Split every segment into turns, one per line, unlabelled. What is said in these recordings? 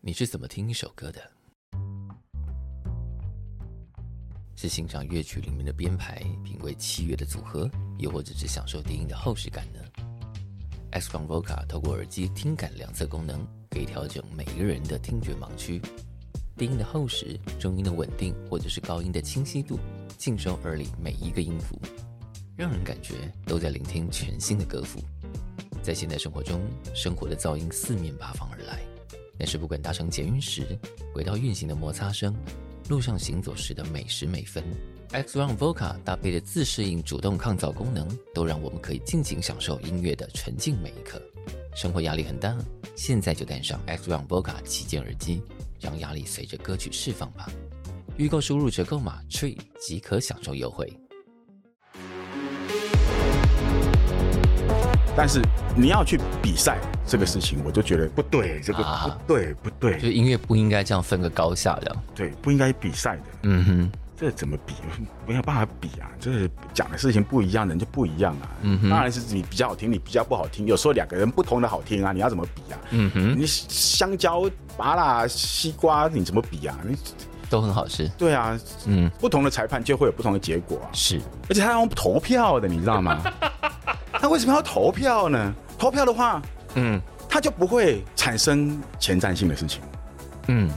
你是怎么听一首歌的？是欣赏乐曲里面的编排，品味器乐的组合，又或者是享受电影的厚实感呢？X Fun Voca 透过耳机听感两侧功能，可以调整每个人的听觉盲区。低音的厚实、中音的稳定，或者是高音的清晰度，尽收耳里每一个音符，让人感觉都在聆听全新的歌谱。在现代生活中，生活的噪音四面八方而来，那是不管搭乘捷运时轨道运行的摩擦声，路上行走时的每时每分。X One Voca 搭配的自适应主动抗噪功能，都让我们可以尽情享受音乐的纯净每一刻。生活压力很大，现在就戴上 X One Voca 旗舰耳机，让压力随着歌曲释放吧。预购输入折扣码 Tree 即可享受优惠。
但是你要去比赛这个事情，我就觉得不对，这个
啊
不对，不对，
就是音乐不应该这样分个高下的。
对，不应该比赛的，
嗯哼，
这怎么比？没有办法比啊！这讲的事情不一样，人就不一样啊。
嗯哼
当然是你比较好听，你比较不好听。有时候两个人不同的好听啊，你要怎么比啊？
嗯哼，
你香蕉、麻辣、西瓜，你怎么比啊？你
都很好吃。
对啊，
嗯，
不同的裁判就会有不同的结果啊。
是，
而且他用投票的，你知道 吗？他为什么要投票呢？投票的话，
嗯
他就不会产生前瞻性的事情。
嗯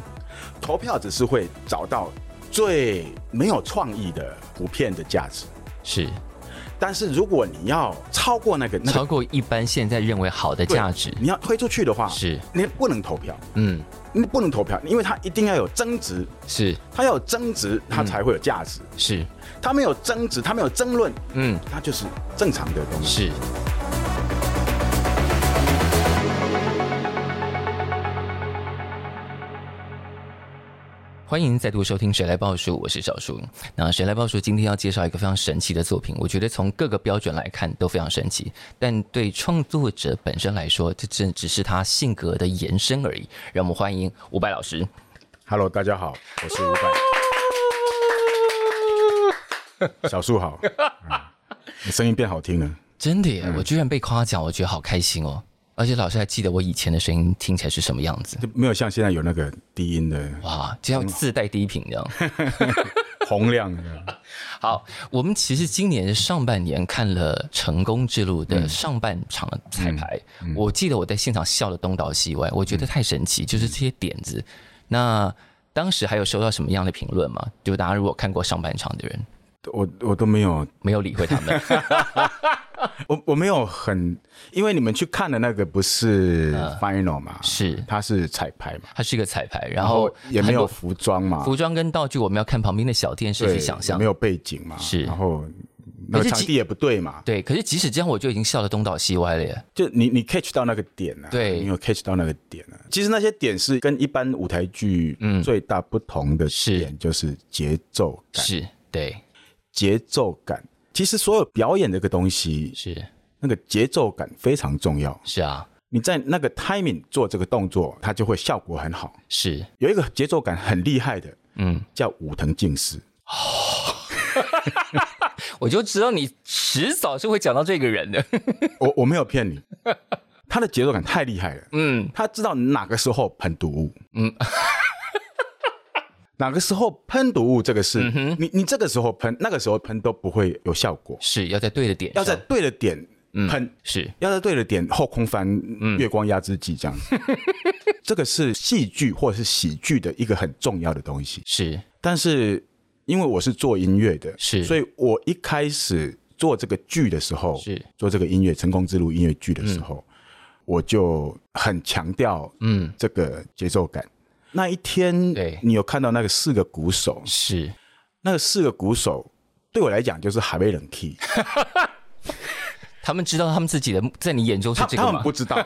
投票只是会找到最没有创意的普遍的价值。
是，
但是如果你要超过那个那
超
个
过一般现在认为好的
对
价值。
你要推出去的话，
是，
你不能投票，
嗯
你不能投票，因为它一定要有争执，
是
它要有争执，它才会有价值。
是，
它没有争执，它没有争论，
嗯
它就是正常的东西。
是。欢迎再度收听《谁来报数》，我是小树。那《谁来报数》今天要介绍一个非常神奇的作品，我觉得从各个标准来看都非常神奇，但对创作者本身来说，这这只是他性格的延伸而已。让我们欢迎伍佰老师。
Hello，大家好，我是伍佰。小树 好，嗯你声音变好听了。
真的耶，
嗯
我居然被夸奖，我觉得好开心哦！而且老师还记得我以前的声音听起来是什么样子，
就没有像现在有那个低音的
哇，这样自带低频这样。
洪亮的，
好，我们其实今年上半年看了《成功之路》
嗯
的上半场的彩排，我记得我在现场笑的东倒西歪，我觉得太神
嗯
奇，就是这些点子。那当时还有收到什么样的评论吗？就大家如果看过上半场的人，
我我都没有，
没有理会他 们，
我我没有很，因为你们去看的那个不是 final 嘛，
嗯是
它是彩排嘛，
它是一个彩排，然
然
后
后也没有
很
服装嘛
多，服装跟道具，我们要看旁边的小电视
对
去想
也
象
没。有背景嘛，
是
然后那
可
个
是
场
即
地也不对嘛，
对，可是即使这样，我就已经笑得东倒西歪了耶。
就你你 catch 到那个点了、啊，
对
你有 catch 到那个点了、其实那些点是跟一般舞台剧最大不同的
嗯是
点就是节奏感，
是，对，
节奏感。其实所有表演这个东西，
是，
那个节奏感非常重要。
是啊，
你在那个 timing 做这个动作，它就会效果很好。
是，
有一个节奏感很厉害的
嗯，
叫武藤敬司，
我就知道你迟早是会讲到这个人的。
我我没有骗你，他的节奏感太厉害了，
嗯，
他知道哪个时候喷毒物，嗯， 哪个时候喷毒物这个事，你你这个时候喷，那个时候喷都不会有效果，嗯
是要在对的点
要
上，
在对的点喷。
是
要在对的点后空翻，
嗯
月光压制技这样 子，这个是戏剧或者是喜剧的一个很重要的东西。
是
但是因为我是做音乐的，
是
所以我一开始做这个剧的时候，
是
做这个音乐《成功之路》音乐剧的时候，我就很强调，
嗯
嗯，这个节奏感。那一天，
对
你有看到那个四个鼓手，
是
那个四个鼓手对我来讲就是海贝冷 key，
他们知道他们自己的，在你眼中是
他
这
他
个
们
吗
不？知道。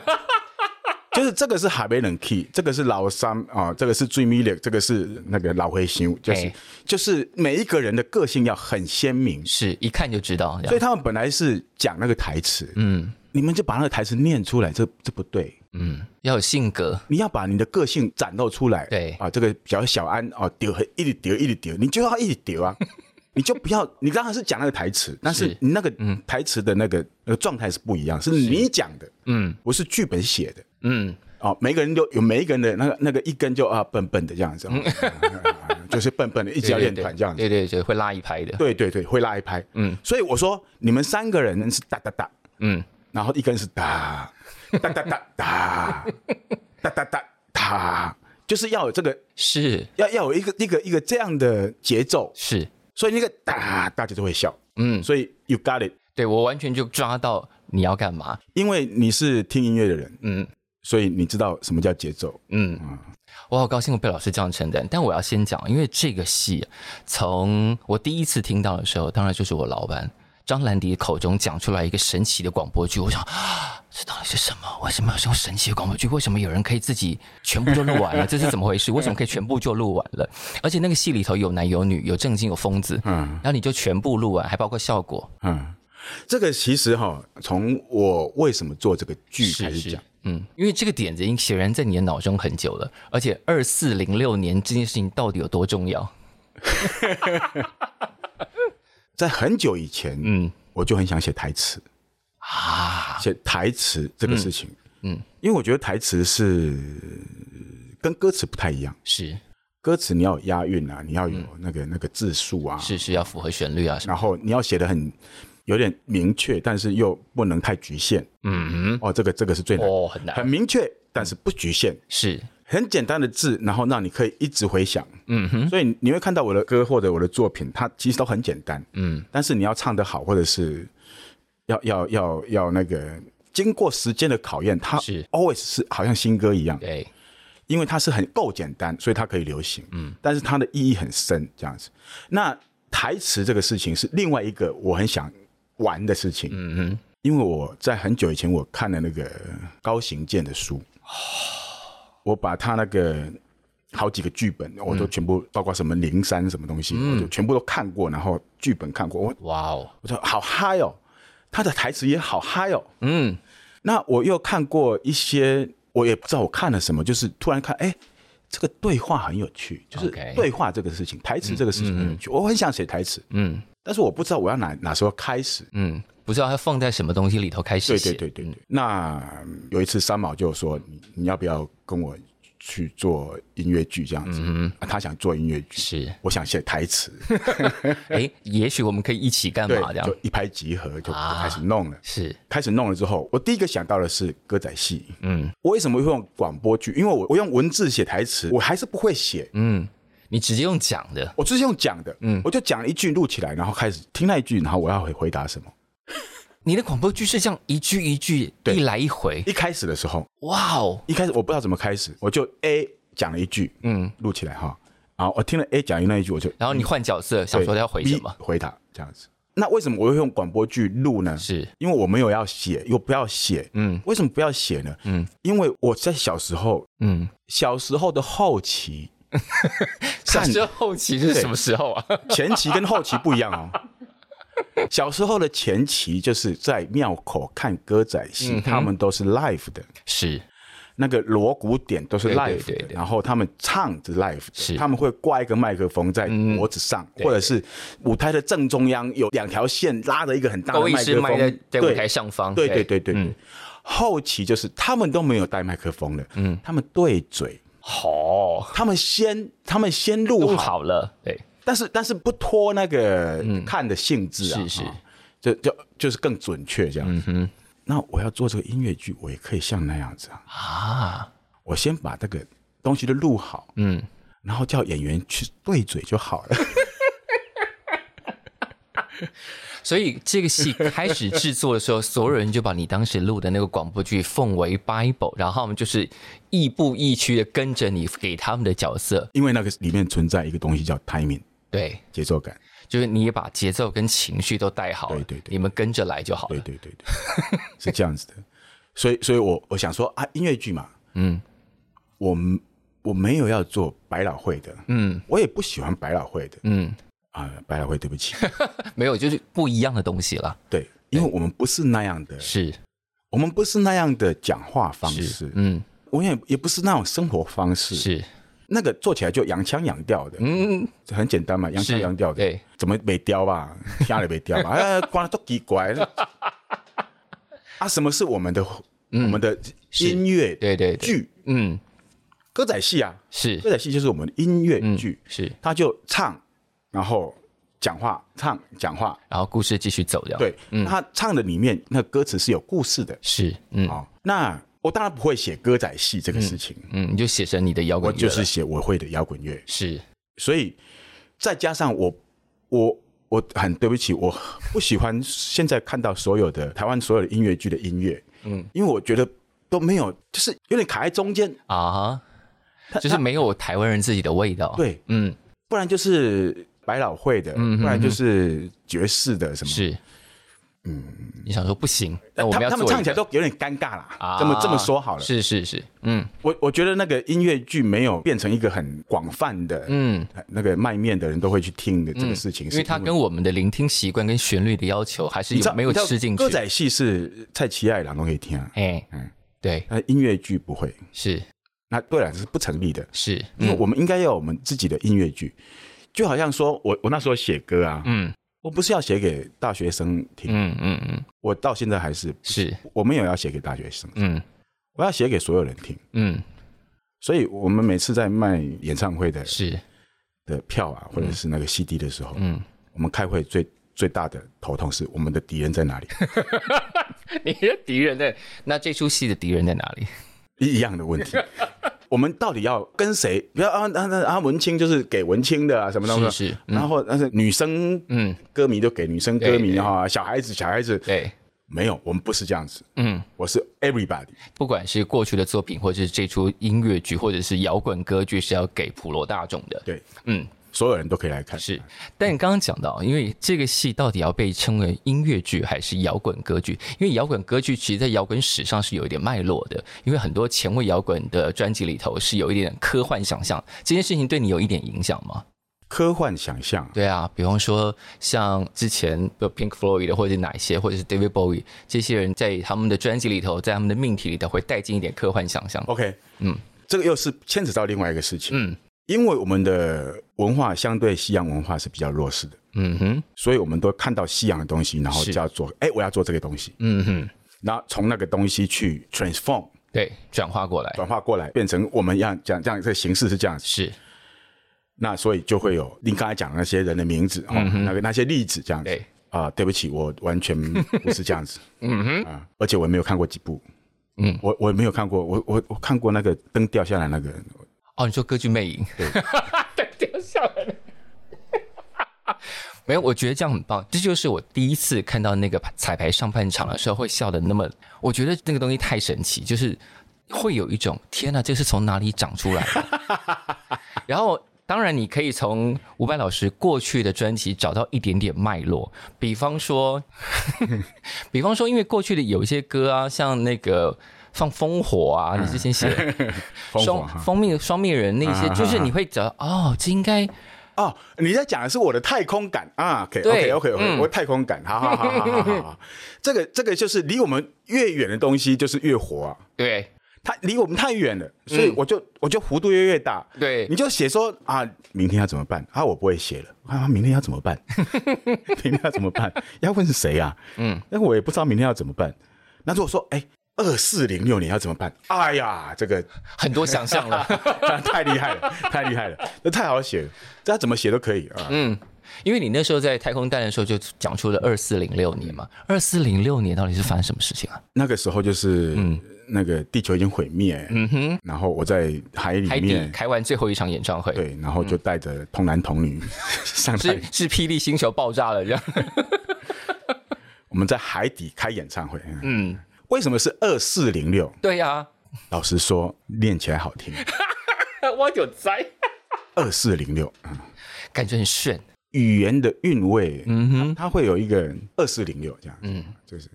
就是这个是海贝冷 key，这个是老三啊、这个是最米勒，这个是那个老灰熊，就是、
哎
就是每一个人的个性要很鲜明，
是一看就知道，这
所以
样
他们本来是讲那个台词，
嗯
你们就把那个台词念出来，这这不对。
嗯，要有性格，
你要把你的个性展露出来，
对
啊，这个比较小安哦，丢一直丢一直丢，你就要一直丢啊，你就不要，你刚刚是讲那个台词，但是
是
你那个台词的那个、那个状态是不一样，是你讲的，
嗯
不是剧本写的。
嗯，
哦，每一个人都有每一个人的那个那个一根就啊笨笨的这样子， 就是笨笨的，一直要练团这样子。
对对对，会拉一拍的，
对对对，会拉一拍。嗯，所以我说你们三个人是哒哒哒，
嗯，
然后一根是哒哒哒哒哒哒哒哒哒，就是要有这个，
是
要要有一个一个一个这样的节奏，
是，
所以那个哒大家就会笑。
嗯，
所以 you got it，
对我完全就抓到你要干嘛，
因为你是听音乐的人，
嗯
所以你知道什么叫节奏。
嗯，我好高兴我被老师这样称赞，但我要先讲，因为这个戏从我第一次听到的时候，当然就是我老板张兰迪口中讲出来一个神奇的广播剧，我想 啊，这到底是什么？为什么要是用神奇的广播剧？为什么有人可以自己全部就录完了？这是怎么回 事？为什么可以全部就录完了？而且那个戏里头有男有女，有正经有疯子，嗯，然后你就全部录完，还包括效果，
嗯，这个其实哈，从我为什么做这个剧开始讲，，
嗯，因为这个点子已经显然在你的脑中很久了，而且二四零六年这件事情到底有多重要？
在很久以前，
嗯
我就很想写台词，
啊，
写台词这个事情，
嗯嗯
因为我觉得台词是跟歌词不太一样，
是
歌词你要有押韵啊，你要有那个、那个字数啊，
嗯是是要符合旋律啊什么，
然后你要写的很有点明确，但是又不能太局限。
嗯
哦，这个这个是最
哼，
难，
哦，很难
很，明确，但是不局限。
是，
很简单的字，然后让你可以一直回想。
嗯哼，
所以你会看到我的歌或者我的作品，它其实都很简单，
嗯，
但是你要唱得好，或者是要要要要那个经过时间的考验，它
是
always 是好像新歌一样，
对，
因为它是很够简单，所以它可以流行，嗯，但是它的意义很深，这样子。那台词这个事情是另外一个我很想玩的事情，
嗯哼，
因为我在很久以前我看了那个高行健的书，我把他那个好几个剧本我
嗯
都全部，包括什么灵山什么东西，我就全部都看过，然后剧本看过，我
哇哦，
我说好嗨哦，他的台词也好嗨哦。
嗯，
那我又看过一些，我也不知道我看了什么，就是突然看，哎，这个对话很有趣，就是
OK
对话这个事情，台词这个事情很有趣，我很想写台词，
嗯
但是我不知道我要哪哪时候开始，
嗯，不知道它放在什么东西里头开始
对
写，
对对对对。那嗯有一次三毛就说：“你你要不要跟我去做音乐剧这样子？”啊他想做音乐剧，
嗯是，
我想写 台词，
哎，也许我们可以一起干
对
嘛这，样
就？一拍即合，就就
啊
开始弄了。
是，
开始弄了之后，我第一个想到的是歌仔戏。
嗯
我为什么会用广播剧？因为我我用文字写台词，我还是不会写，
嗯，你直接用讲的，
我就是用讲的。我就讲了一句录起来，然后开始听那一句，然后我要回回答什么。
你的广播剧是这样一句一句，
对
一来一回，
一开始的时候，
哇哦，
一开始我不知道怎么开始，我就 A 讲了一句，
嗯，
录起来哈。啊，我听了 A 讲的那一句，我就
然后你换角色，想
嗯对
说他要回
B
什么？
回答这样子。那为什么我会用广播剧录呢？
是，
因为我没有要写，又不要写。
嗯
为什么不要写呢？
嗯
因为我在小时候，
嗯，
小时候的后 期、
小时候后期是什么时候啊？
前期跟后期不一样哦。小时候的前期就是在庙口看歌仔戏，
嗯
他们都是 live 的，
是
那个锣鼓点都是
对
live 的，
对对对
然后他们唱是 live
是嗯
的，他们会挂一个麦克风在脖子上，
对
或者是舞台的正中央有两条线拉着一个很大的
高一
麦
师
克
麦在
风，
在舞
对
台上嗯方，哎
对对对对对。后期就是他们都没有带麦克风了，嗯，他们对嘴，
好，
他们先他们先录
录
好，
好了，哎对，
但是但是不拖那个看的性质啊，
嗯是嗯是
啊就就就是更准确这样子。那我要做这个音乐剧，我也可以像那样子啊，
啊，
我先把这个东西都录好，
嗯，
然后叫演员去对嘴就好了。
所以这个戏开始制作的时候，所有人就把你当时录的那个广播剧奉为 Bible，然后他们就是亦步亦趋的跟着你给他们的角色，
因为那个里面存在一个东西叫 timing
对，
节奏感，
就是你也把节奏跟情绪都带好了，
对对对
你们跟着来就好了，
对对对对，是这样子的。所以，所以我我想说啊，音乐剧嘛，
嗯，
我们我没有要做百老汇的，
嗯
我也不喜欢百老汇的
嗯，
啊、百老汇对不起，
没有，就是不一样的东西了，
对，因为我们不是那样的，
是
我们不是那样的讲话方式，
嗯
我也也不是那种生活方式，
是，
那个做起来就洋腔洋调的，
嗯
很简单嘛，洋腔
是
洋调的，
对，
怎么没雕 吧？听了没雕吧？哎，光都奇怪。啊，什么是我们的我们的音乐
嗯对对对，
剧
嗯，
歌仔戏啊，
是嗯
歌仔戏就是我们的音乐剧，
是，
他就唱，然后讲话，唱讲话，
然后故事继续走掉，，
对，那他唱的里面那歌词是有故事的，
是，嗯
哦，那我当然不会写歌仔戏这个事情，
嗯，你就写成你的摇
我
滚乐
就
了
是写我会的摇滚乐，
是
所以再加上我，我我很对不起，我不喜欢现在看到所有的台湾所有的音乐剧的音乐，嗯，因为我觉得都没有，就是有点卡在中间，
啊，
它
就是没有台湾人自己的味道，，
对，
嗯，
不然就是百老汇的，不然就是爵士的什么，
是，嗯，你想说不行，但我
呃他
们要
他们
做
唱
一
起来
个
都有点尴尬啦，
啊
这么这么说好了，
是是是，嗯
我我觉得那个音乐剧没有变成一个很广泛的，呃
嗯，
那个卖面的人都会去听的这个事情，
因为它跟我们的聆听习惯跟旋律的要求还是
你知
有
道
没有
你知道
吃进去
歌，仔戏是蔡奇爱郎都可以听啊，
哎，对，
那音乐剧不会，
是
那对了是不成立的，
是，
因为
嗯
我们应该要有我们自己的音乐剧，就好像说我我那时候写歌啊，
嗯
我不是要写给大学生听，
嗯嗯嗯，
我到现在还是
是，
我没有要写给大学生，
嗯
我要写给所有人听，
嗯
所以我们每次在卖演唱会的
是，
的票啊，或者是那个 CD 的时候，
嗯，
我们开会最最大的头痛是我们的敌人在哪里，
你的敌人在 那这出戏的敌人在哪里？
一样的问题。 我们到底要跟谁？比如啊，那那啊，文青就是给文青的啊，什么东西？
是是
然后但是女生
嗯，
歌迷就给女生
对
歌迷哈，小孩子小孩子
对，
没有，我们不是这样子，
嗯。
我是 everybody。
不管是过去的作品，或者是这出音乐剧，或者是摇滚歌剧，是要给普罗大众的。
对，
嗯，
所有人都可以来看。
是。但你刚刚讲到，因为这个戏到底要被称为音乐剧还是摇滚歌剧？因为摇滚歌剧其实，在摇滚史上是有一点脉络的，因为很多前卫摇滚的专辑里头是有一点科幻想象。这件事情对你有一点影响吗？
科幻想象，
对啊，比方说像之前的 Pink Floyd 的，或者是哪一些，或者是 David Bowie 这些人在他们的专辑里头，在他们的命题里头会带进一点科幻想象。
OK，
嗯
嗯，这个又是牵扯到另外一个事情，
嗯
因为我们的文化相对西洋文化是比较弱势的，
嗯哼。
所以我们都看到西洋的东西，然后
是
就要做，哎，我要做这个东西，
嗯哼，
然后从那个东西去 transform
对，转化过来
转化过来，变成我们要讲这样这个形式是这样子，
是
那所以就会有您刚才讲的那些人的名字，哦，那个那些例子这样子
对。
啊、对不起，我完全不是这样子。嗯哼，啊，而且我也没有看过几部。嗯，我我也没有看过，我我我看过那个灯掉下来那个，
哦。你说歌剧魅影， 对，掉下来了。 没有，我觉得这样很棒。这就是我第一次看到那个彩排上半场的时候会笑的那么，我觉得那个东西太神奇，就是会有一种天哪，这是从哪里长出来的？ 然后，当然你可以从伍佰老师过去的专辑找到一点点脉络，比方说， 比方说，因为过去的有一些歌啊，像那个放烽火啊，你之前写的
烽火
双
哈啊
蜂蜜双蜜人那些，就是你会找哦，这应该
哦，你在讲的是我的太空感啊？OK
对
OK OK OK，、
嗯
我太空感，好好好好好 好好，这个这个就是离我们越远的东西就是越活啊，
对
它离我们太远了，所以我就、我就弧度越越大。
嗯对
你就写说啊，明天要怎么办啊？我不会写了啊，明天要怎么 办？明天要怎么办？要问谁啊？嗯，那我也不知道明天要怎么办。那如果说哎，二四零六年要怎么办？哎呀，这个
很多想象 了。
太厉害了，太厉害了，这太好写了，这他怎么写都可以啊。
嗯，因为你那时候在太空蛋的时候就讲出了二四零六年嘛，二四零六年到底是发生什么事情啊？
那个时候就是，那个地球已经毁灭，嗯哼，然后我在海里
海底
面，
开完最后一场演唱会，
对，然后就带着童男童女 上来
是，是霹雳星球爆炸了这 样。
我们在海底开演唱会。嗯，
嗯，
为什么是二四零六？
对啊呀、
老实说，练起来好听，
我有灾，
二四零六，嗯
感觉很炫。
语言的韵味，嗯哼，它会有一个二四零六这样，嗯，就是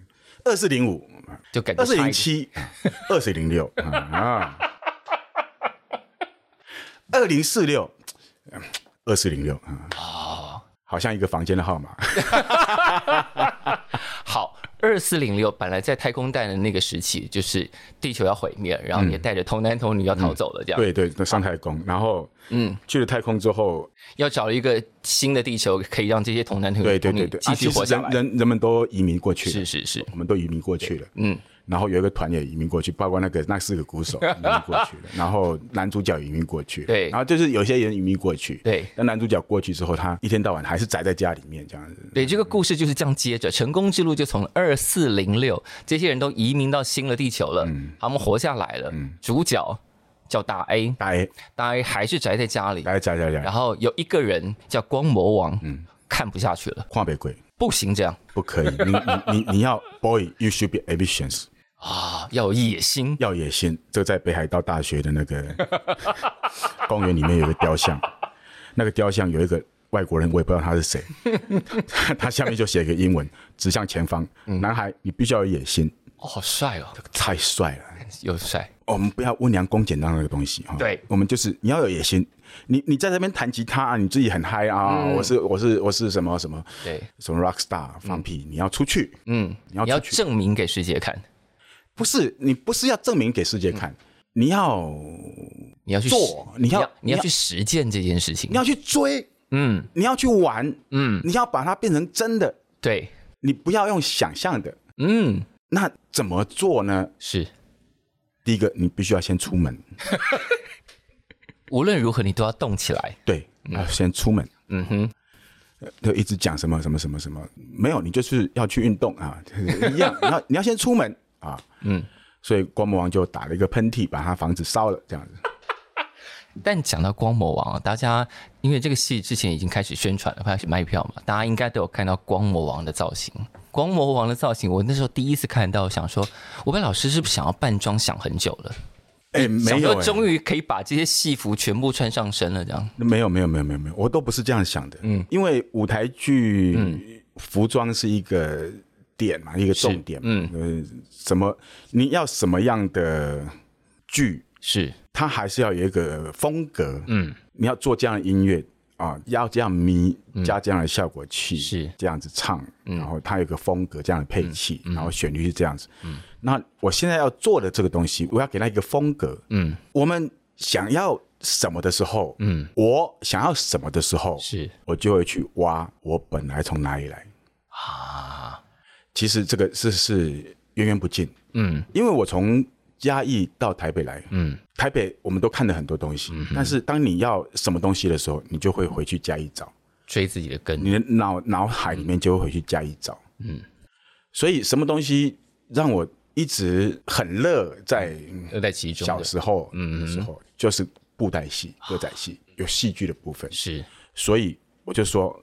二四零五，
就感觉
二四
差
零
一点
七， 二四零六啊，二零四六，二四零六啊，好像一个房间的号码，
好，二四零六本来在太空蛋的那个时期，就是地球要毁灭，然后
嗯
也带着童男童女要逃走了，这样、
对对，那上太空，然后嗯，去了太空之后，
要找一个新的地球，可以让这些童男童
对
女
对
童
对
女
对，啊
嗯继续
其实
活下来。
人人人们都移民过去了，
是是是，
我们都移民过去了，
嗯，
然后有一个团也移民过去，包括那个那四个 鼓手移民过去了，然后男主角移民过去了，
对
然后就是有些人移民过去，
对
那男主角过去之后，他一天到晚还是宅在家里面这样子，
对，这个故事就是这样接着，成功之路就从二四零六，这些人都移民到新的地球了，
嗯
他们活下来了。主角叫大 A，
待
大 A 还是宅在家里，
待宅在家
然
里，
后有一个人叫光魔王，
嗯
看不下去了，
跨北鬼
不行这样
不可以，你你你你要 boy you should be ambitious，
啊，要有野心。
要野心，这在北海道大学的 那个公园里面有一个雕像，那个雕像有一个外国人，我也不知道他是谁， 他他下面就写一个英文，指向前方，
嗯
男孩，你必须要有野心，
哦，好帅哦，
太帅了。
又帅，
我们不要温良恭俭让那个东西哈。
对
我们就是你要有野心，你你在那边弹吉他、啊，你自己很嗨啊，
嗯
我是我是我是什么什么
对，
什么 rock star 放屁，你要出去，
嗯，
你要
你要
出去，
证明给世界看，
不是你不是要证明给世界
嗯
看，你要
你要去
做
实
你要
你要去实践这件事情
你。要去追，
嗯
你要去玩，
嗯，
你要把它变成真的，
对，
你不要用想象的。
嗯，
那怎么做呢？
是，
第一个，你必须要先出门，
无论如何你都要动起来。
对，要先出门。呃
嗯哼，
就一直讲什么什么什么什么，没有，你就是要去运动啊， 就是一样，你要你要先出门啊，
嗯。
所以光魔王就打了一个喷嚏，把他房子烧了，这样子。
但讲到光魔王啊，大家因为这个戏之前已经开始宣传了，开始卖票嘛，大家应该都有看到光魔王的造型。光魔王的造型，我那时候第一次看到，想说，我们老师是不是想要扮装想很久了？
哎、
想
没有、
说
哎
终于可以把这些戏服全部穿上身了，这样。
没有，没有，没有，没有，没有，我都不是这样想的，嗯，因为舞台剧，服装是一个点嘛，一个重点，嗯，呃，什么你要什么样的剧，
是，
它还是要有一个风格，嗯，你要做这样的音乐啊，要这样迷，加这样的效果器，
是
这样子唱，然后它有一个风格这样的配器，然后旋律是这样子，嗯，那我现在要做的这个东西，我要给它一个风格，嗯，我们想要什么的时候，嗯，我想要什么的时候，
是
我就会去挖我本来从哪里来啊，其实这个是是源源不尽，
嗯，
因为我从嘉义到台北来，嗯，台北我们都看了很多东西，但是当你要什么东西的时候，你就会回去嘉义找，
追自己的根。
你的脑脑海里面就会回去嘉义找，嗯，所以什么东西让我一直很乐在
乐在其中的
小时候的时候，就是布袋戏、歌仔戏有戏剧的部分，
是
所以我就说，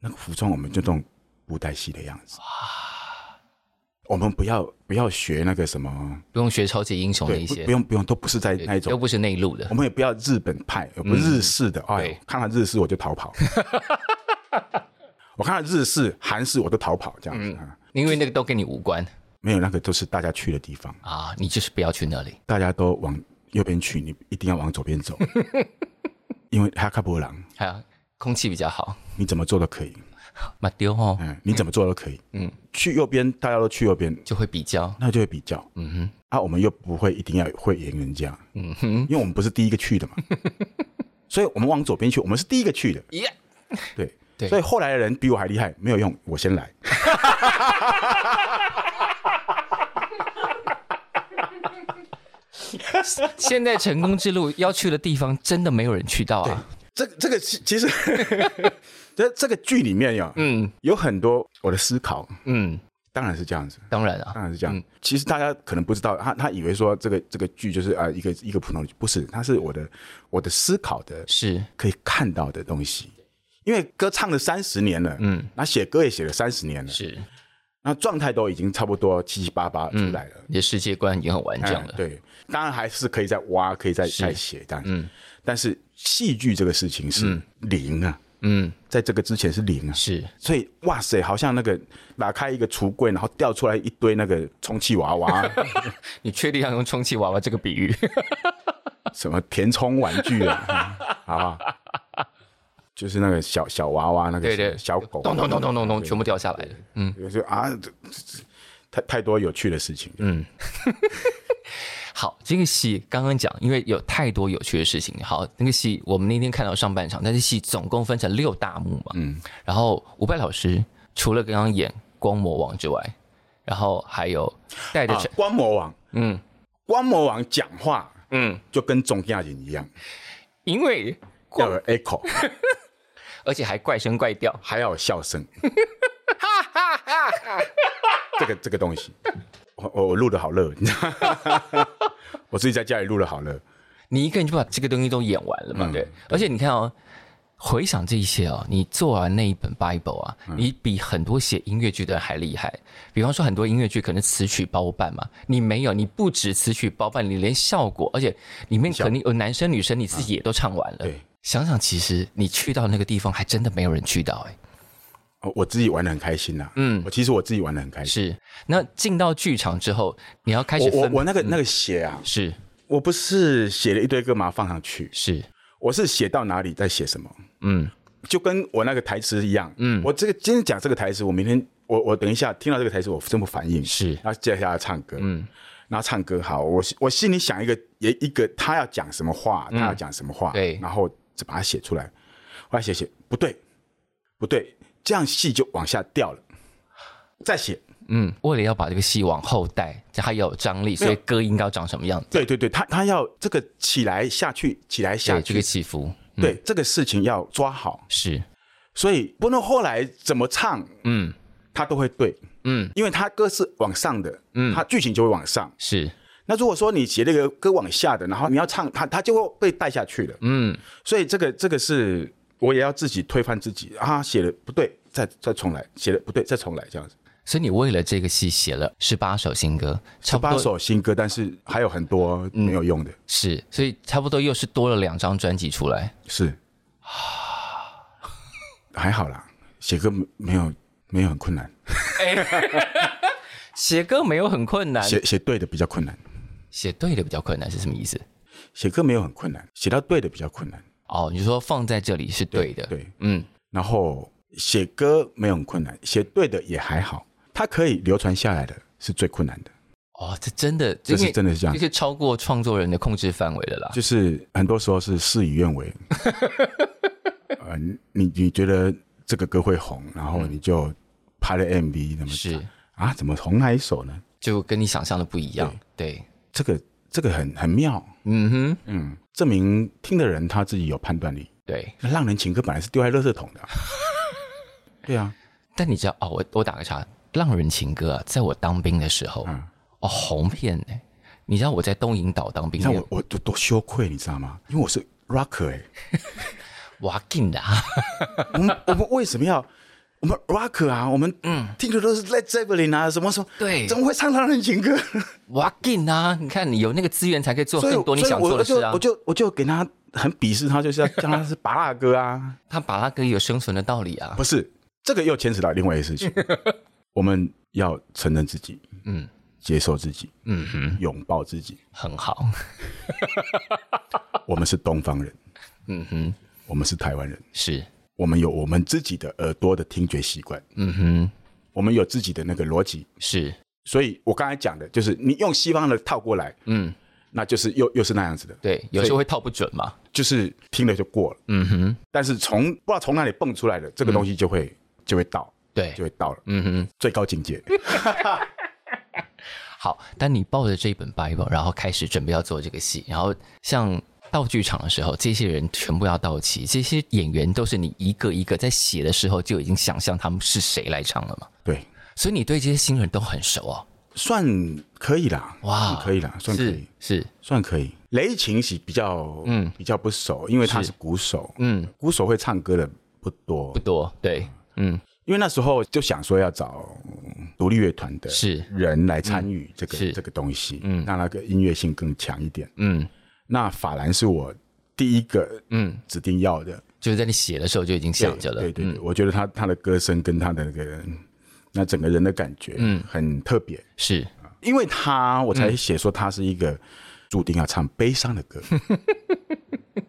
那个服装我们就弄布袋戏的样子，我们不要不要学那个什么。
不用学超级英雄的
对，
一
不
些
不，用不用，都不是在那一
又
种，
不是内陆的
我。们也不要日本派，不是日式的。哎呦
对，
看到日式我就逃跑，我看到日式、韩式我都逃跑，这样子、啊
因为那个都跟你无关
没有那个都是大家去的地方，
啊，你就是不要去那里。
大家都往右边去，你一定要往左边走，因为哈卡波朗
还有空气比较好，
你怎么做都可以，
马丢哦
嗯，你怎么做都可以，嗯，去右边大家都去右边，
就会比较。
那就会比较，嗯哼，啊，我们又不会一定要会赢人家，嗯哼，因为我们不是第一个去的 嘛，所以我们往左边去，我们是第一个去的，
耶、
对
对
所以后来的人比我还厉害，没有用，我先来。
现在成功之路要去的地方，真的没有人去到啊。
这个这个其其实 这这个剧里面呀，嗯，有很多我的思考，
嗯，
当然是这样子。
当然啊，
当然是这样。其实大家可能不知道，他他以为说这个这个剧就是啊、呃一个一个普通的剧，不是，它是我的我的思考的
是
可以看到的东西。因为歌唱了三十年了，嗯，那写歌也写了三十年了，
是，
那状态都已经差不多七七八八
嗯
出来了，
你的世界观已经很完整
哎
了。
对，当然还是可以再挖，可以再再写，但嗯，但是戏剧这个事情是零啊，
嗯，
在这个之前是零啊，
是
所以哇塞，好像那个打开一个橱柜，然后掉出来一堆那个充气娃 娃，
你确定要用充气娃娃这个比喻？
什么填充玩 具啊，嗯好不好？就是那个小小娃娃，那个
对对，
小狗，啊
咚咚咚咚咚咚，哦全部掉下来了。嗯，
有时候啊，这这这太太多有趣的事情，嗯，
好，这个戏刚刚讲，因为有太多有趣的事情。好，那个戏我们那天看到上半场，但是戏总共分成六大幕嘛。嗯，然后伍佰老师除了刚刚演光魔王之外，然后还有带着
啊
全、
观摩王，
嗯
观摩王讲话
嗯，
就跟中亚人一样，
因为
要有 echo，
而且还怪声怪调，
还要有 笑声。这个这个东西，我我我录的好乐， 你知道吗我自己在家里录的好乐。
你一个人就把这个东西都演完了嘛？
嗯
对，而且你看哦，回想这一切哦，你做完那一本 Bible 啊，
嗯
你比很多写音乐剧的人还厉害。比方说，很多音乐剧可能词曲包办嘛，你没有，你不止词曲包办，你连效果，而且里面肯定有男生女生，你自己也都唱完了。
嗯对，
想想其实你去到那个地方，还真的没有人去到哎、
哦我自己玩的很开心呐、
嗯
嗯，我其实我自己玩的很开心。
是，那进到剧场之后，你要开始
我我
分嗯
我那个那个写啊，
是
我不是写了一堆歌嘛放上去，
是
我是写到哪里再写什么，
嗯
就跟我那个台词一样。
嗯
嗯，我这个今天讲这个台词，我明天我我等一下听到这个台词，我这么反应，
是
然后接下来唱歌，
嗯
嗯，然后唱歌好，我我心里想一个也一个他要讲什么话，他要讲什么话，
嗯对
然后就把它写出来，后来写写不对，不对，这样戏就往下掉了，再写，
嗯，为了要把这个戏往后带，它要有张力，所以歌应该要长什么样子？
对对对，他他要这个起来下去，起来下
对，这
去，
个嗯起伏
对这个事情要抓好，
是，
所以不论后来怎么唱，
嗯
他都会对，
嗯
因为他歌是往上的，
嗯
嗯，他剧情就会往上。
是，
那如果说你写那个歌往下的，然后你要唱它，它就会被带下去了。
嗯
所以这个这个是我也要自己推翻自己啊，写的不对，再再重来，写的不对，再重来这样子。
所以你为了这个戏写了十八首新歌，差
十
不
八
多嗯
首新歌，但是还有很多没有用的，
是，所以差不多又是多了两张专辑出来。
是还好啦，写歌没没有没有很困难，
写歌没有很困难，
写写对的比较困难，
写对的比较困难是什么意思？
写歌没有很困难，写到对的比较困难。
哦，你说放在这里是对的，
对，
嗯，
然后写歌没有很困难，写对的也还好，它可以流传下来的是最困难的。
哦，这真的，
这
因
是
为
真的是这样
这是超过创作人的控制范围了啦。
就是很多时候是事与愿违。 呃，你你觉得这个歌会红，然后你就拍了 MV，那么
是，
啊，怎么红那一首呢？
就跟你想象的不一样，对，
这个这个很很妙，
嗯哼。
嗯，证明听的人他自己有判断力。
对，
那浪人情歌本来是丢在垃圾桶 的啊、对啊，
但你知道哦，我我打个岔，《浪人情歌》啊，在我当兵的时候，
嗯
哦，红遍呢、你知道我在东引岛当兵
你
的，
看我我多多羞愧，你知道吗？因为我是 rocker 哎、
哇劲的啊，
我们我们为什么要我们 rock 啊？我们嗯听的都是 Led Zeppelin 啊，什么什么，
对
怎么会唱浪 人情歌？
哇劲啊！你看你有那个资源才可以做
所以
更多你想做的事啊
我。就我就我就给他很鄙视他，就是要叫他是拔蜡哥 啊，
他把那个有生存的道理啊
不，是这个又牵扯到另外一个 事情，我们要承认自己，
嗯
接受自己，
嗯哼，
拥抱自己。
很好，
我们是东方人，
嗯哼，
我们是台湾人，
是，
我们有我们自己的耳朵的听觉习惯，
嗯哼，
我们有自己的那个逻辑。
是，
所以我刚才讲的就是，你用西方的套过来，
嗯，
那就是又又是那样子的，
对，有时候会套不准嘛，
就是听了就过了。
嗯哼，
但是从不知道从哪里蹦出来的这个东西就会、就会到，
对
就，会到了
嗯哼，
最高境界。
好，但你抱着这一本 Bible，然后开始准备要做这个戏，然后像到剧场的时候，这些人全部要到齐，这些演员都是你一个一个在写的时候就已经想象他们是谁来唱了嘛，
对，
所以你对这些新人都很熟哦。
算可以啦，
哇，
算可以啦，算可以，
是是，
算可以。雷琴是比较，
嗯
嗯，比较不熟，因为他
是
是鼓手，
嗯，
鼓手会唱歌的不多
不。多，对，嗯，
因为那时候就想说要找嗯独立乐团的
是嗯
人来参与这
是
个这个东西，嗯，让那个音乐性更强一点。
嗯
那法兰是我第一个
嗯，
指定要的，
就是在你写的时嗯候就已经想着了，
对对对，我觉得他他的歌声跟他的那个那整个人的感觉，嗯，很特别。
是
因为他，我才写说他是一个注定要唱悲伤的歌，
嗯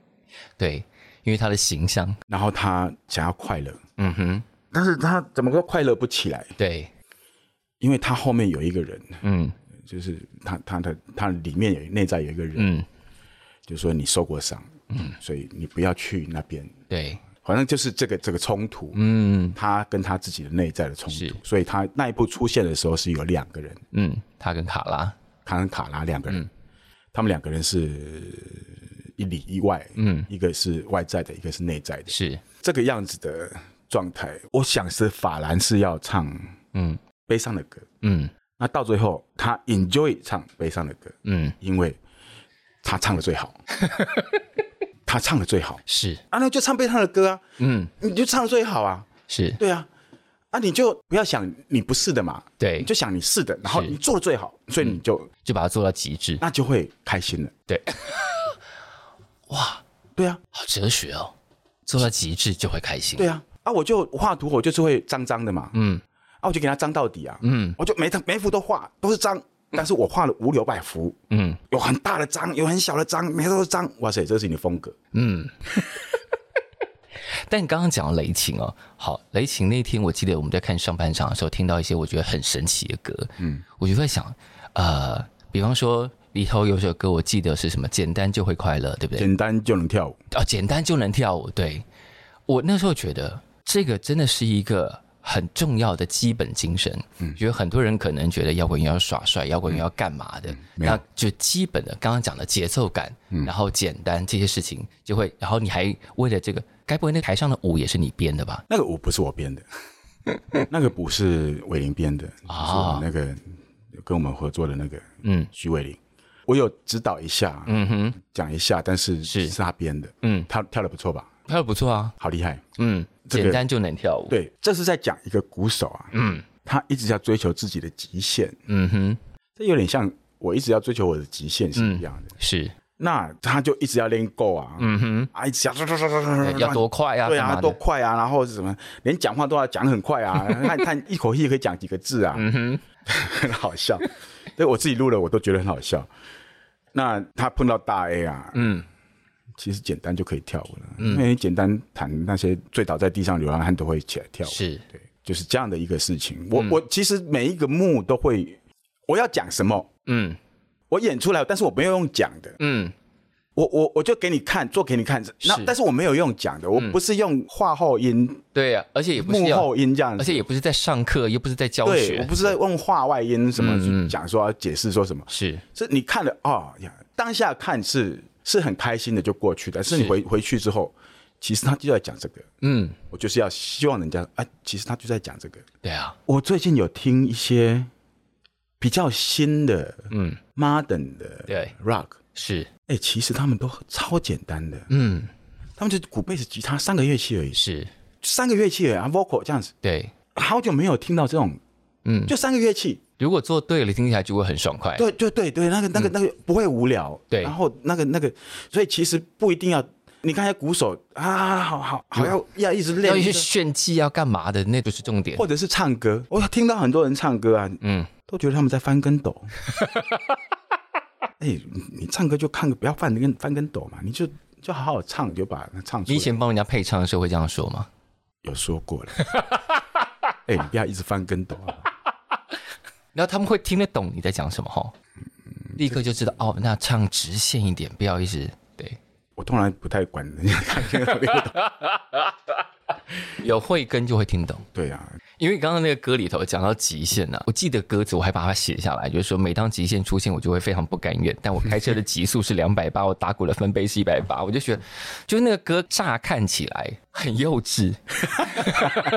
对，因为他的形象，
然后他想要快乐，
嗯哼，
但是他怎么都快乐不起来，
对，
因为他后面有一个人，
嗯
就是他他的他里面有内在有一个人，
嗯，
就说你受过伤，嗯，所以你不要去那边。
对，
好像就是这个这个冲突，
嗯
他跟他自己的内在的冲
是
突，所以他那一部出现的时候是有两个人，
嗯，他跟卡拉，
卡恩卡拉两个人，
嗯
他们两个人是一里一外，
嗯，
一个是外在的，一个是内在的，
是，
这个样子的状态，我想是法兰是要唱
嗯
悲伤的歌，
嗯
那到最后他 enjoy 唱悲伤的歌，
嗯，
因为他唱的 最好，他唱的最好
是，
啊，那就唱悲伤的歌啊，
嗯
你就唱的最好啊，
是，
对啊，啊，你就不要想你不是的嘛，
对，
你
就
就想你是的，然后
是
你做的最好，所以你就、
就把它做到极致，
那就会开心了。
对，
对啊，
好哲学哦，做到极致就会开心，
对啊，啊，我就画图，我就是会脏脏的嘛，
嗯
啊，我就给它脏到底啊，
嗯
我就每张每一幅都画都是脏，但是我画了五六百幅，
嗯
有很大的脏，有很小的脏，每个都是脏，哇塞，这是你的风格。
嗯。但你刚刚讲雷霆哦，好，雷霆那天我记得我们在看上半场的时候，听到一些我觉得很神奇的歌，嗯，我就在想，呃，比方说里头有首歌，我记得是什么，简单就会快乐，对不对？
简单就能跳舞，
啊，简单就能跳舞。对我那时候觉得这个真的是一个很重要的基本精神。
嗯
觉得很多人可能觉得摇滚乐要耍帅，摇滚乐要干嘛的，
嗯没有嗯
那就基本的刚刚讲的节奏感，然后简单这些事情就会，然后你还为了这个，该不会那台上的舞也是你编的吧？
那个舞不是 我编的，那个不是伟林编的，是我们那个跟我们合作的那个
啊嗯
徐伟林，我有指导一下，
嗯哼，
讲一下，但是
是
是他编的，
嗯，
他跳的不错吧？
跳的不错啊，
好厉害。
嗯，
这个
简单就能跳舞。
对，这是在讲一个鼓手啊，
嗯
他一直要追求自己的极限，
嗯哼，
这有点像我一直要追求我的极限是一样的。
是，
那他就一直要练够啊，
嗯哼，
啊，一直要
对要多快啊，
嗯对
干
啊，
嘛
多
的？
快啊，然后是什么，连讲话都要讲很快 啊，看看一口气可以讲几个字啊，
嗯哼，
很好笑。对我自己录了，我都觉得很好笑。那他碰到大 A 啊，
嗯，
其实简单就可以跳舞了，因为简单弹那些醉倒在地上流浪汉都会起来跳舞，
是，
对，就是这样的一个事情。
嗯
我、我其实每一个幕都会，我要讲什么，
嗯
我演出来，但是我没有用讲的，
嗯，
我我我就给你看，做给你看，那
是
但是我没有用讲的，我不是用话后音、
对呀，而且也不是
幕
要。
后音这样
而
子，
且也不是在上课，又不是在教
对
学，
我不是在用话外音什么
嗯嗯
去讲说要解释说什么，
是
是你看了哦呀，当下看是是很开心的就过去的，但是
是
你回回去之后，其实他就在讲这个，
嗯，
我就是要希望人家啊，其实他就在讲这个。
对啊，
我最近有听一些比较新的
嗯，
modern 的
对
rock，
是，
哎、其实他们都超简单的，
嗯，
他们就鼓、贝斯、吉他三个乐器而已，
是，
三个乐器而已啊，vocal 这样子，
对，
好久没有听到这种，
嗯
就三个乐器，
如果做对了，听起来就会很爽快，
对对对对，那个那个那个不会无聊，
嗯对
然后那个那个，所以其实不一定要，你看一下鼓手啊，好好好要要一直
嗯
练
要一
这
些
个，
炫技要干嘛的，那不是重点，
或者是唱歌，我听到很多人唱歌啊，
嗯，
都觉得他们在翻跟斗。 哎、你你唱歌就看个不要翻跟翻跟斗嘛，你就就好好唱，你就把它唱出
你以
来。
前帮人家配唱的时候会这样说吗？
有说过了， 哎、你不要一直翻跟斗、啊。
然后他们会听得懂你在讲什么哈，
嗯
立刻就知道哦，那唱直线一点，不要一直对，
我通常不太管人家看跟斗。
有慧根就会听懂。
对啊，
因为刚刚那个歌里头讲到极限啊呢、我记得歌词我还把它写下来，就是说每当极限出现，我就会非常不甘愿。但我开车的极速是两百八，我打鼓的分贝是一百八，我就觉得，就是那个歌乍看起来很幼稚，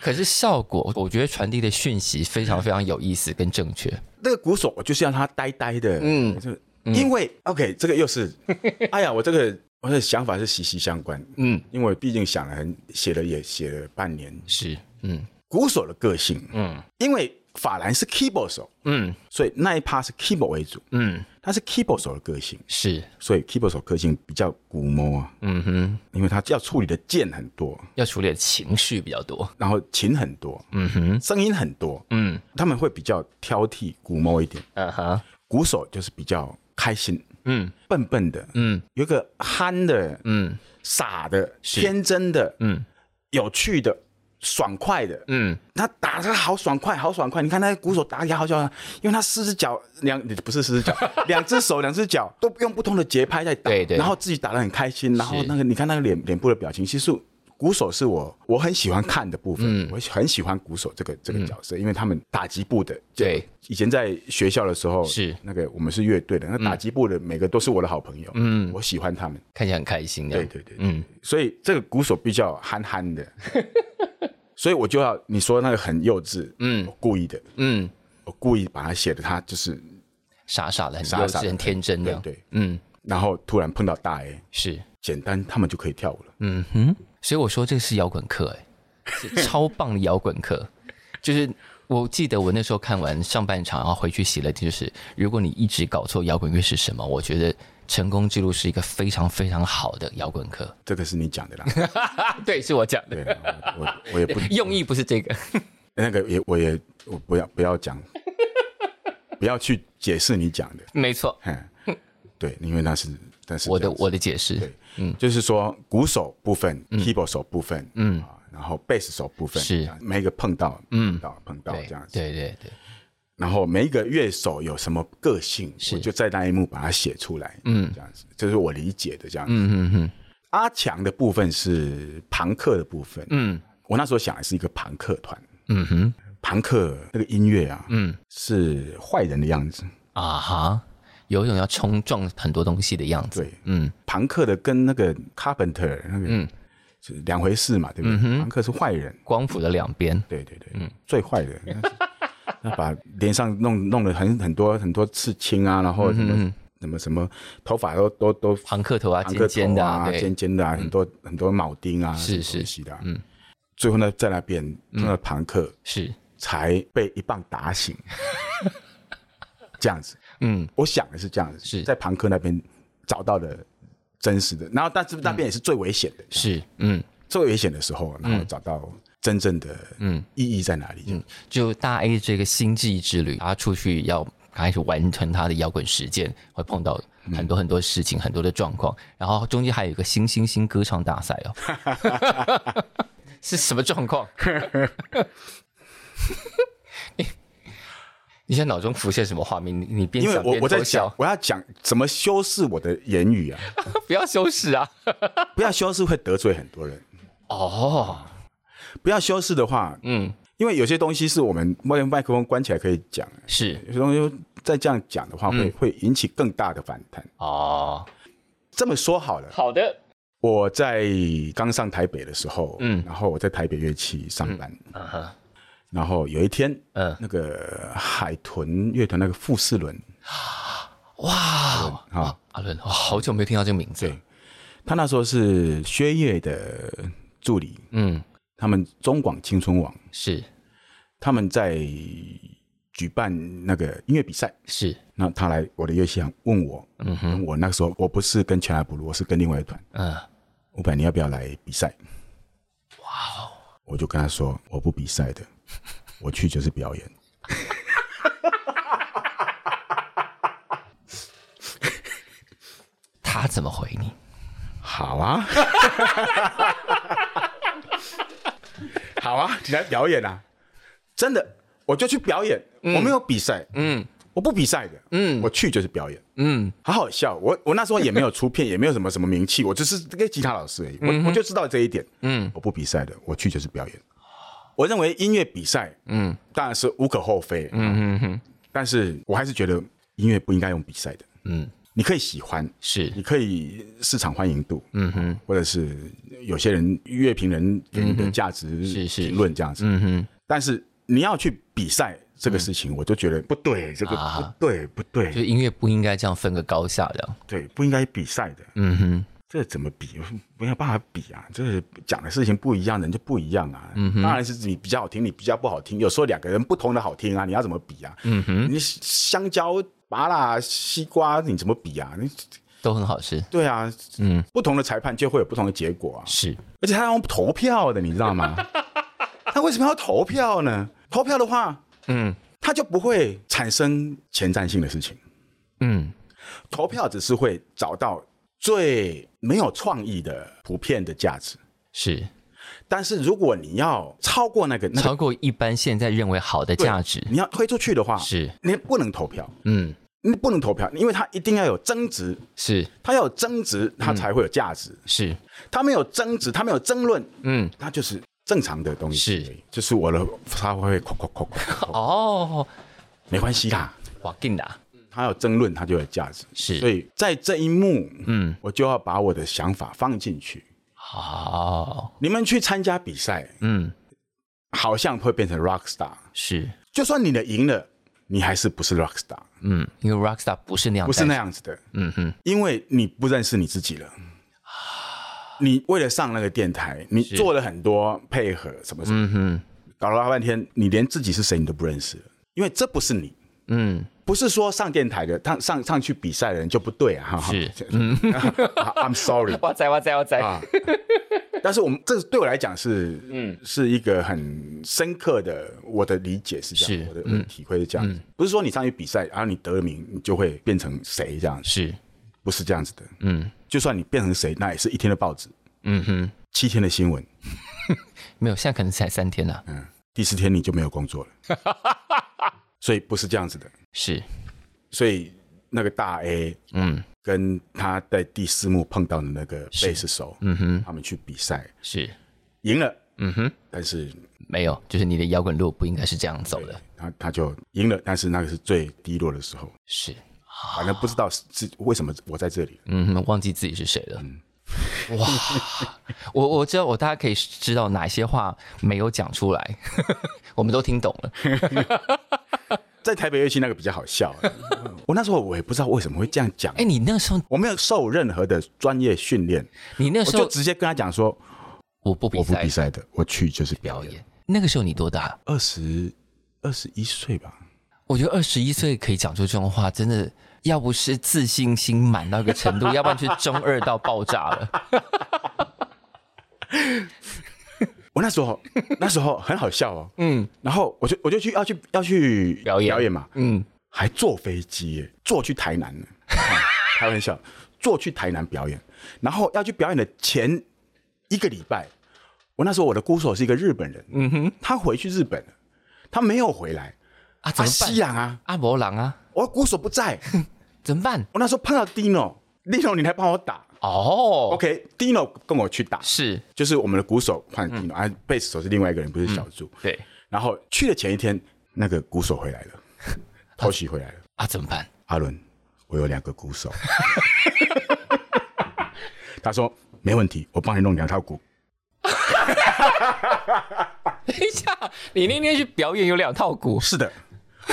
可是效果我觉得传递的讯息非常非常有意思跟正确。
那个鼓手我就是要他呆呆的，
嗯
嗯，就因为 OK，这个又是， 哎呀，我这个我的想法是息息相关，
嗯，
因为我毕竟想了很写了也写了半年，
是，嗯
鼓手的个性，
嗯
因为法兰是 keyboard 手，
嗯
所以那一趴是 keyboard 为主，
嗯，
他是 keyboard 手的个性，
是，
所以 keyboard 手个性比较古摸啊，
嗯哼，
因为他要处理的键很多，
要处理的情绪比较多。
然后琴很多，
嗯哼，
声音很多，
嗯
他们会比较挑剔古摸一点，
嗯哈，
鼓手就是比较开心，
嗯
笨笨的，
嗯
有一个憨的，
嗯
傻的、天真的、
嗯，
有趣的，爽快的，
嗯，
他打他好爽快，好爽快。你看他鼓手打也好爽快，因为他四只脚两不是四 只脚，两只手两只脚都用不同的节拍在打，
对对
然后自己打得很开心，然后
是
那个你看那个脸脸部的表情，其实鼓手是我我很喜欢看的部分，
嗯
我很喜欢鼓手这个这个角色，因为他们打击部的
对，
以前在学校的时候
是嗯
那个我们是乐队的，那打击部的每个都是我的好朋友，嗯，我喜欢他们，
看起来很开心的。
对对对，
嗯，
所以这个鼓手比较憨憨 的，所以我就要你说那个很幼稚，嗯，我故意的，
嗯，
我故意把它写的他就是，
傻傻的，很
傻
幼
傻
稚，
的
很天真
对
的。
对，
嗯，
然后突然碰到大 A，
是，
简单他们就可以跳舞了，
嗯哼。所以我说这个是摇滚课，哎， 是超棒的摇滚课。就是我记得我那时候看完上半场，然后回去写了，就是如果你一直搞错摇滚乐是什么，我觉得《成功之路》是一个非常非常好的摇滚课。
这个是你讲的 啦，
啊对，是我讲的，
对啦，我我我也不
用意不是这个。
那个也我也我不要不要讲，不要去解释你讲的，
没错，
嗯，对，因为那是但是
我
这
的
样子
我的解释
对，嗯，就是说鼓手部分、keyboard 手部分，嗯，然后贝斯手部分
是
这样每一个碰到，嗯，到碰到
对，
这样子，
对对对，
然后每一个乐手有什么个性，我就在那一幕把它写出来，嗯，这样子，这是我理解的这样子。
嗯嗯嗯，
阿强的部分是朋克的部分，嗯，我那时候想的是一个朋克团，
嗯哼，
朋克那个音乐啊，嗯，是坏人的样子，
啊哈，有一种要冲撞很多东西的样子。
对，
嗯，
朋克的跟那个 Carpenter 那个是两回事嘛，对
嗯
不对？朋克是坏人。
光谱的两边，
对对对，
嗯
最坏的，那是 那把脸上弄弄了很很多很多刺青啊，然
嗯
后什么、什么什么头发都都都
庞克头啊，
长
尖
个
尖
头
的、
啊，
对，
尖尖的啊，很多很多铆钉啊，
是
什么东
是嗯
西的、啊，嗯。最后呢，在那边那个庞克
是，
才被一棒打醒， 这样子。
嗯，
我想的是这样子，
是
在庞克那边找到了真实的，然后但是那边也是最危险的，
是，嗯，
最危险的时候，然后找到真正的
嗯
意义在哪里。这样
就大 A 这个星际之旅，他出去要开始完成他的摇滚实践，会碰到
嗯
很多很多事情，很多的状况，然后中间还有一个新星星歌唱大赛哦， 是什么状况？ 你你现在脑中浮现什么画面？你你边
因为
想
我
边
我在
偷
想
笑，，
我要讲怎么修饰我的言语 啊，
不要羞耻 啊！
不要修饰会得罪很多人，
哦，
不要修饰的话，
嗯，
因为有些东西是我们麦麦克风关起来可以讲，
是
有些东西再这样讲的话，
嗯
会、会引起更大的反弹。
哦，
这么说好了，
好的，
我在刚上台北的时候，
嗯
然后我在台北乐器上班，
嗯哼，
然后有一天，
嗯
那个海豚乐团那个傅士伦，
哇，
啊
阿伦，我好久没有听到这个名字了。
对他那时候是薛岳的助理，
嗯，
他们中广青春网。
是
他们在举办那个音乐比赛，
是，
那他来我的乐器行问我，嗯哼，我那时候我不是跟全来部落，我是跟另外一团，
嗯，
我本来你要不要来比赛？哇哦！我就跟他说我不比赛的，我去就是表演。
他怎么回你？
好啊， 好啊，你来表演啊！真的，我就去表演，我没有比赛，嗯，我不比赛的，嗯，我去就是表演，嗯，好好笑。我我那时候也没有出片，也 没有什么什么名气，我只是个吉他老师而已，我、我就知道这一点，嗯，我不比赛的，我去就是表演。我认为音乐比赛，嗯，当然是无可厚非，嗯嗯嗯，但是我还是觉得音乐不应该用比赛的，
嗯，
你可以喜欢，
是
你可以市场欢迎度，嗯哼，或者是有些人乐评人给你的价值
是
评论这样子，嗯哼，嗯但是你要去比赛这个事情，我就觉得不对，这个
啊
不对，不
就
对，
是音乐不应该这样分个高下的。
对，不应该比赛的，
嗯哼，
这怎么比？没有办法比啊，这讲的事情不一样，人就不一样啊，嗯哼，当然是你比较好听，你比较不好听，有时候两个人不同的好听啊，你要怎么比啊？嗯哼，你香蕉、芭拉、西瓜，你怎么比啊？你
都很好吃。
对啊，嗯，不同的裁判就会有不同的结果啊。
是
而且他要用投票的，你知 道吗？他为什么要投票呢？投票的话，
嗯，
他就不会产生前瞻性的事情。
嗯，
投票只是会找到最没有创意的普遍的价值。
是
但是如果你要超过那个那个，
超过一般现在认为好的价值，
你要推出去的话，
是，
你不能投票，
嗯，
你不能投票，因为它一定要有争执，
是
它要有争执，
嗯
它才会有价值。
是，
它没有争执，它没有争论，
嗯，
它就是正常的东西。
是，
就是我的发挥，哐哐哐哐哐，
哦，
没关系啦。
哇，劲的，
它有争论，它就有价值。
是
所以在这一幕，
嗯，
我就要把我的想法放进去。
好，
你们去参加比赛，
嗯，
好像会变成 rock star，
是，
就算你的赢了，你还是不是 rock star，
嗯，因为 rockstar 不是那样，
不是那，样子的，
嗯哼，
因为你不认识你自己了。你为了上那个电台，你做了很多配合，什么什么，
嗯哼，
搞了大半天，你连自己是谁你都不认识了，因为这不是你。
嗯，
不是说上电台的，上上上去比赛的人就不对 啊！哈哈
是，
嗯 ，I'm sorry，
哇塞哇塞哇塞，
啊。但是我们这对我来讲是，嗯，是一个很深刻的，我的理解是这样，
是嗯
我的我的体会是这样子，不是说你上去比赛，然后你得了名，你就会变成谁这样子，
是，
不是这样子的。
嗯
就算你变成谁，那也是一天的报纸，
嗯哼，
七天的新闻，
没有，现在可能才三天啊呢，
嗯，第四天你就没有工作了， 所以不是这样子的。
是，
所以那个大 A
嗯
跟他在第四幕碰到的那个贝斯手，
嗯哼，
他们去比赛
是，
赢了，
嗯哼，
但是
没有，就是你的摇滚路不应该是这样走的，
他他就赢了，但是那个是最低落的时候，
是，
反正不知道是是为什么我在这里。
嗯哼，忘记自己是谁了。
嗯
哇，我我知道，我大家可以知道哪些话没有讲出来， 我们都听懂了。
在台北乐器那个比较好笑，啊 我那时候我也不知道为什么会这样讲
哎、，你那时候，
我没有受任何的专业训练，
你那
我
时
就
候
直接跟他讲说
我不比
我不
赛
比赛的，我去就是表
表
演。
演，那个时候你多大？
二十二十一岁吧，
我觉得二十一岁可以讲出这种话，真的要不是自信心满到一个 程度，要不然就是中二到爆炸了。
我那 时候那时候很好笑哦，
嗯
然后我就我就去要去要去
表演
表演嘛，
嗯，
还坐飞机耶，坐去台 南呢，哦开玩笑，坐去台南表演，然后要去表演的前一个礼拜，我那时候我的鼓手是一个日本人，嗯哼，他回去日本了，他没有回来，
啊，怎
啊，
么
西
办？
洋啊，
阿伯狼啊，
我的鼓手不在，
怎么办？
我那时候碰到 Dino，Dino 你来帮我打
哦、
，OK，Dino、跟我去打，
是，
就是我们的鼓手换
嗯
Dino，、啊，贝斯手是另外一个人，不是小猪，
对
然后去的前一天，那个鼓手回来了，偷袭回来了。
啊，怎么办？
阿伦，我有两个鼓手。 他说没问题，我帮你弄两套鼓。
等一下，哎你那天去表演有两套鼓，
是的，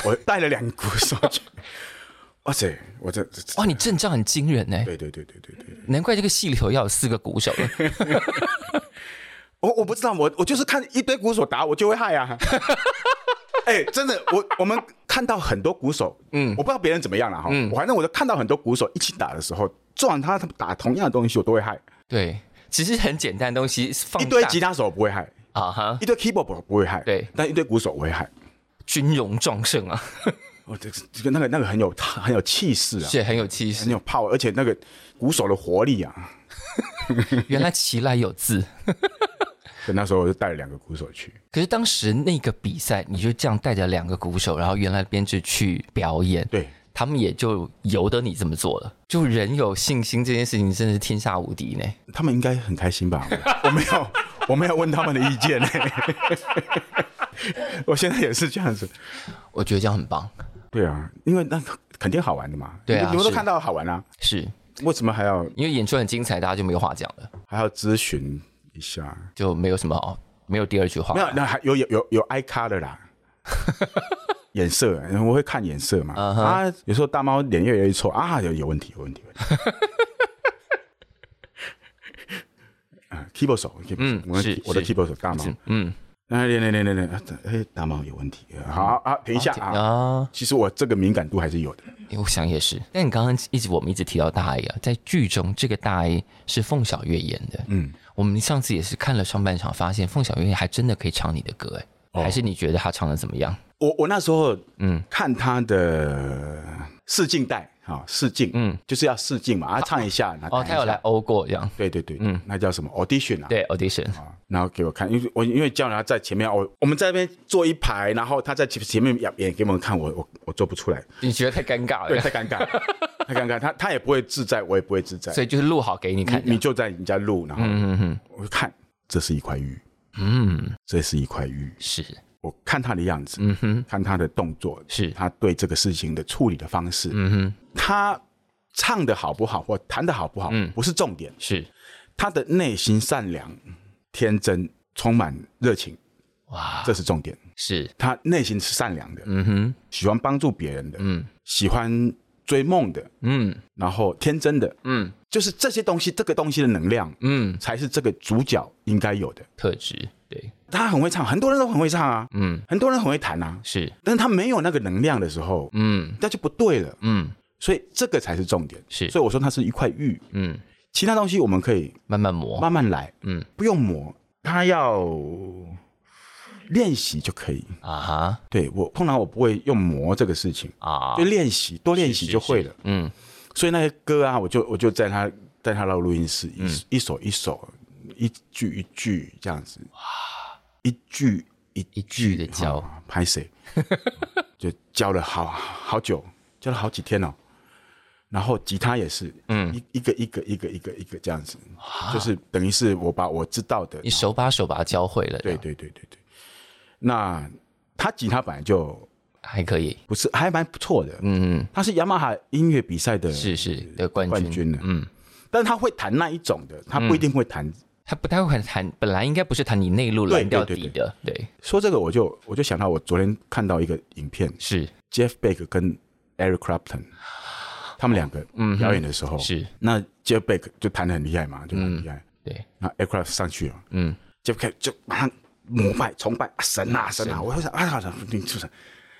我带了两个鼓手去。哇塞，我这这
哇，你阵仗很惊人呢、
对对对对对对，
难怪这个戏里头要有四个鼓 手了。
我我不知道，我我就是看一堆鼓手打我就会害啊。 哎、真的，我我们看到很多鼓手，嗯，我不知道别人怎么样了哈，我反正我就看到很多鼓手一起打的时候，纵然他打同样的东西，我都会害。
对，其实很简单的东西，放
一
大
堆吉他手不会害，
啊哈，
一堆 keyboard 不不会害，
对
但一堆鼓手我会害。
军容壮盛啊，
哦，这个这个那个那个很有很有气势啊，
是很有气
很
势。
有 power，而且那个鼓手的活力啊。
原来奇来有字，
对，那时候我就带了两个鼓手去，
可是当时那个比赛，你就这样带着两个鼓手，然后原来编制去表演，
对，
他们也就由得你这么做了。就人有信心这件事情，真的是天下无敌呢。
他们应该很开心吧？我 我没有我没有问他们的意见、 我现在也是这样子。
我觉得这样很棒，
对啊，因为那肯定好玩的嘛，
对啊
你们都
是
看到好玩啊，
是
为什么还要
因为演出很精彩，大家就没有话讲了，
还要咨询一下？
就没有什么哦，没有第二句话
没。有，那还有有有有挨咖的 啦。眼色，因为我会看眼色嘛。
嗯哼
啊，有时候大猫脸越来越臭啊，有有问题，有问题。有 问题啊，keyboard 手，嗯
嗯，
我的
是
我的
是
keyboard 手大猫，
嗯
哎，练练练练练，啊哎，大猫有问题，好啊，等一下啊。
啊。
其实我这个敏感度还是有的，
欸我想也是。但你刚刚一直我们一直提到大 A 啊，在剧中这个大 A 是凤小岳演的。
嗯，
我们上次也是看了上半场，发现凤小岳还真的可以唱你的歌哎、
哦
还是你觉得他唱的怎么样？
我我那时候
嗯
看他的试镜带，啊，试镜，嗯，就是要试镜嘛，啊，唱一下，然后
哦，
弹
他
一
有
下
来欧过这样，
对对对，嗯，那叫什么 audition 啊？
对 audition，
然后给我看，因为我因为叫他在前面，哦我我们在那边坐一排，然后他在前前面演演给我们看，我我我做不出来，
你觉得太尴尬
对，
了，
太尴尬，太尴尬，他他也不会自在，我也不会自在，
所以就是录好给你看这
你你
样，
就在人家录，然后
嗯嗯嗯，
我就看，这是一块玉，
嗯，
这是一块玉，
是，
我看他的样子，
嗯哼，
看他的动作，
是
他对这个事情的处理的方式，
嗯哼，
他唱的好不好或弹的好不好，
嗯
不是重点，
是，
他的内心善良、天真、充满热情，
哇，
这是重点。
是，
他内心是善良的，
嗯哼，
喜欢帮助别人的，
嗯
喜欢追梦的，
嗯
然后天真的，
嗯
就是这些东西，这个东西的能量
嗯，
才是这个主角应该有的。
特质，对，
他很会唱，很多人都很会唱啊，
嗯，
很多人很会弹啊，
是，
但是他没有那个能量的时候，
嗯
那就不对了。
嗯
所以这个才是重点。
是
所以我说它是一块玉，
嗯，
其他东西我们可以
慢慢磨，
慢慢来，
嗯
不用磨，他要练习就可以。
啊哈
对我通常我不会用磨这个事情，
啊
就，练习，多练习
是
就会了。
嗯
所以那些歌啊，我就我就在他在他的录音室，
嗯
一、一首一首，一句一句这样子，哇，一句一
一句的教
啊 拍谁，就教了好好久，教了好几天哦。然后吉他也是，嗯，一一个一个一个一个一个这样子，就是等于是我把我知道的
你手把手把它教会了，
对，对对对对。那他吉他本来就
还可以，
不是还蛮不错的，
嗯，嗯
他是雅马哈音乐比赛的
是是的冠
冠
军，
军呢，
嗯，
但是他会弹那一种的，他不一定会弹。
他不太会弹，本来应该不是弹你内陆蓝
对对
调
对
底
对
的，对，
说这个，我就我就想到我昨天看到一个影片
是
，Jeff Beck 跟 Eric Clapton 他们两个
嗯哼
表演的时候，
是，
那 Jeff Beck 就弹的很厉害嘛，就很厉害。
对，
那 Eric Clapton 上去了
嗯，
，Jeff Beck 就马上膜拜崇拜、啊神啊神啊！我就想啊，好的你出神。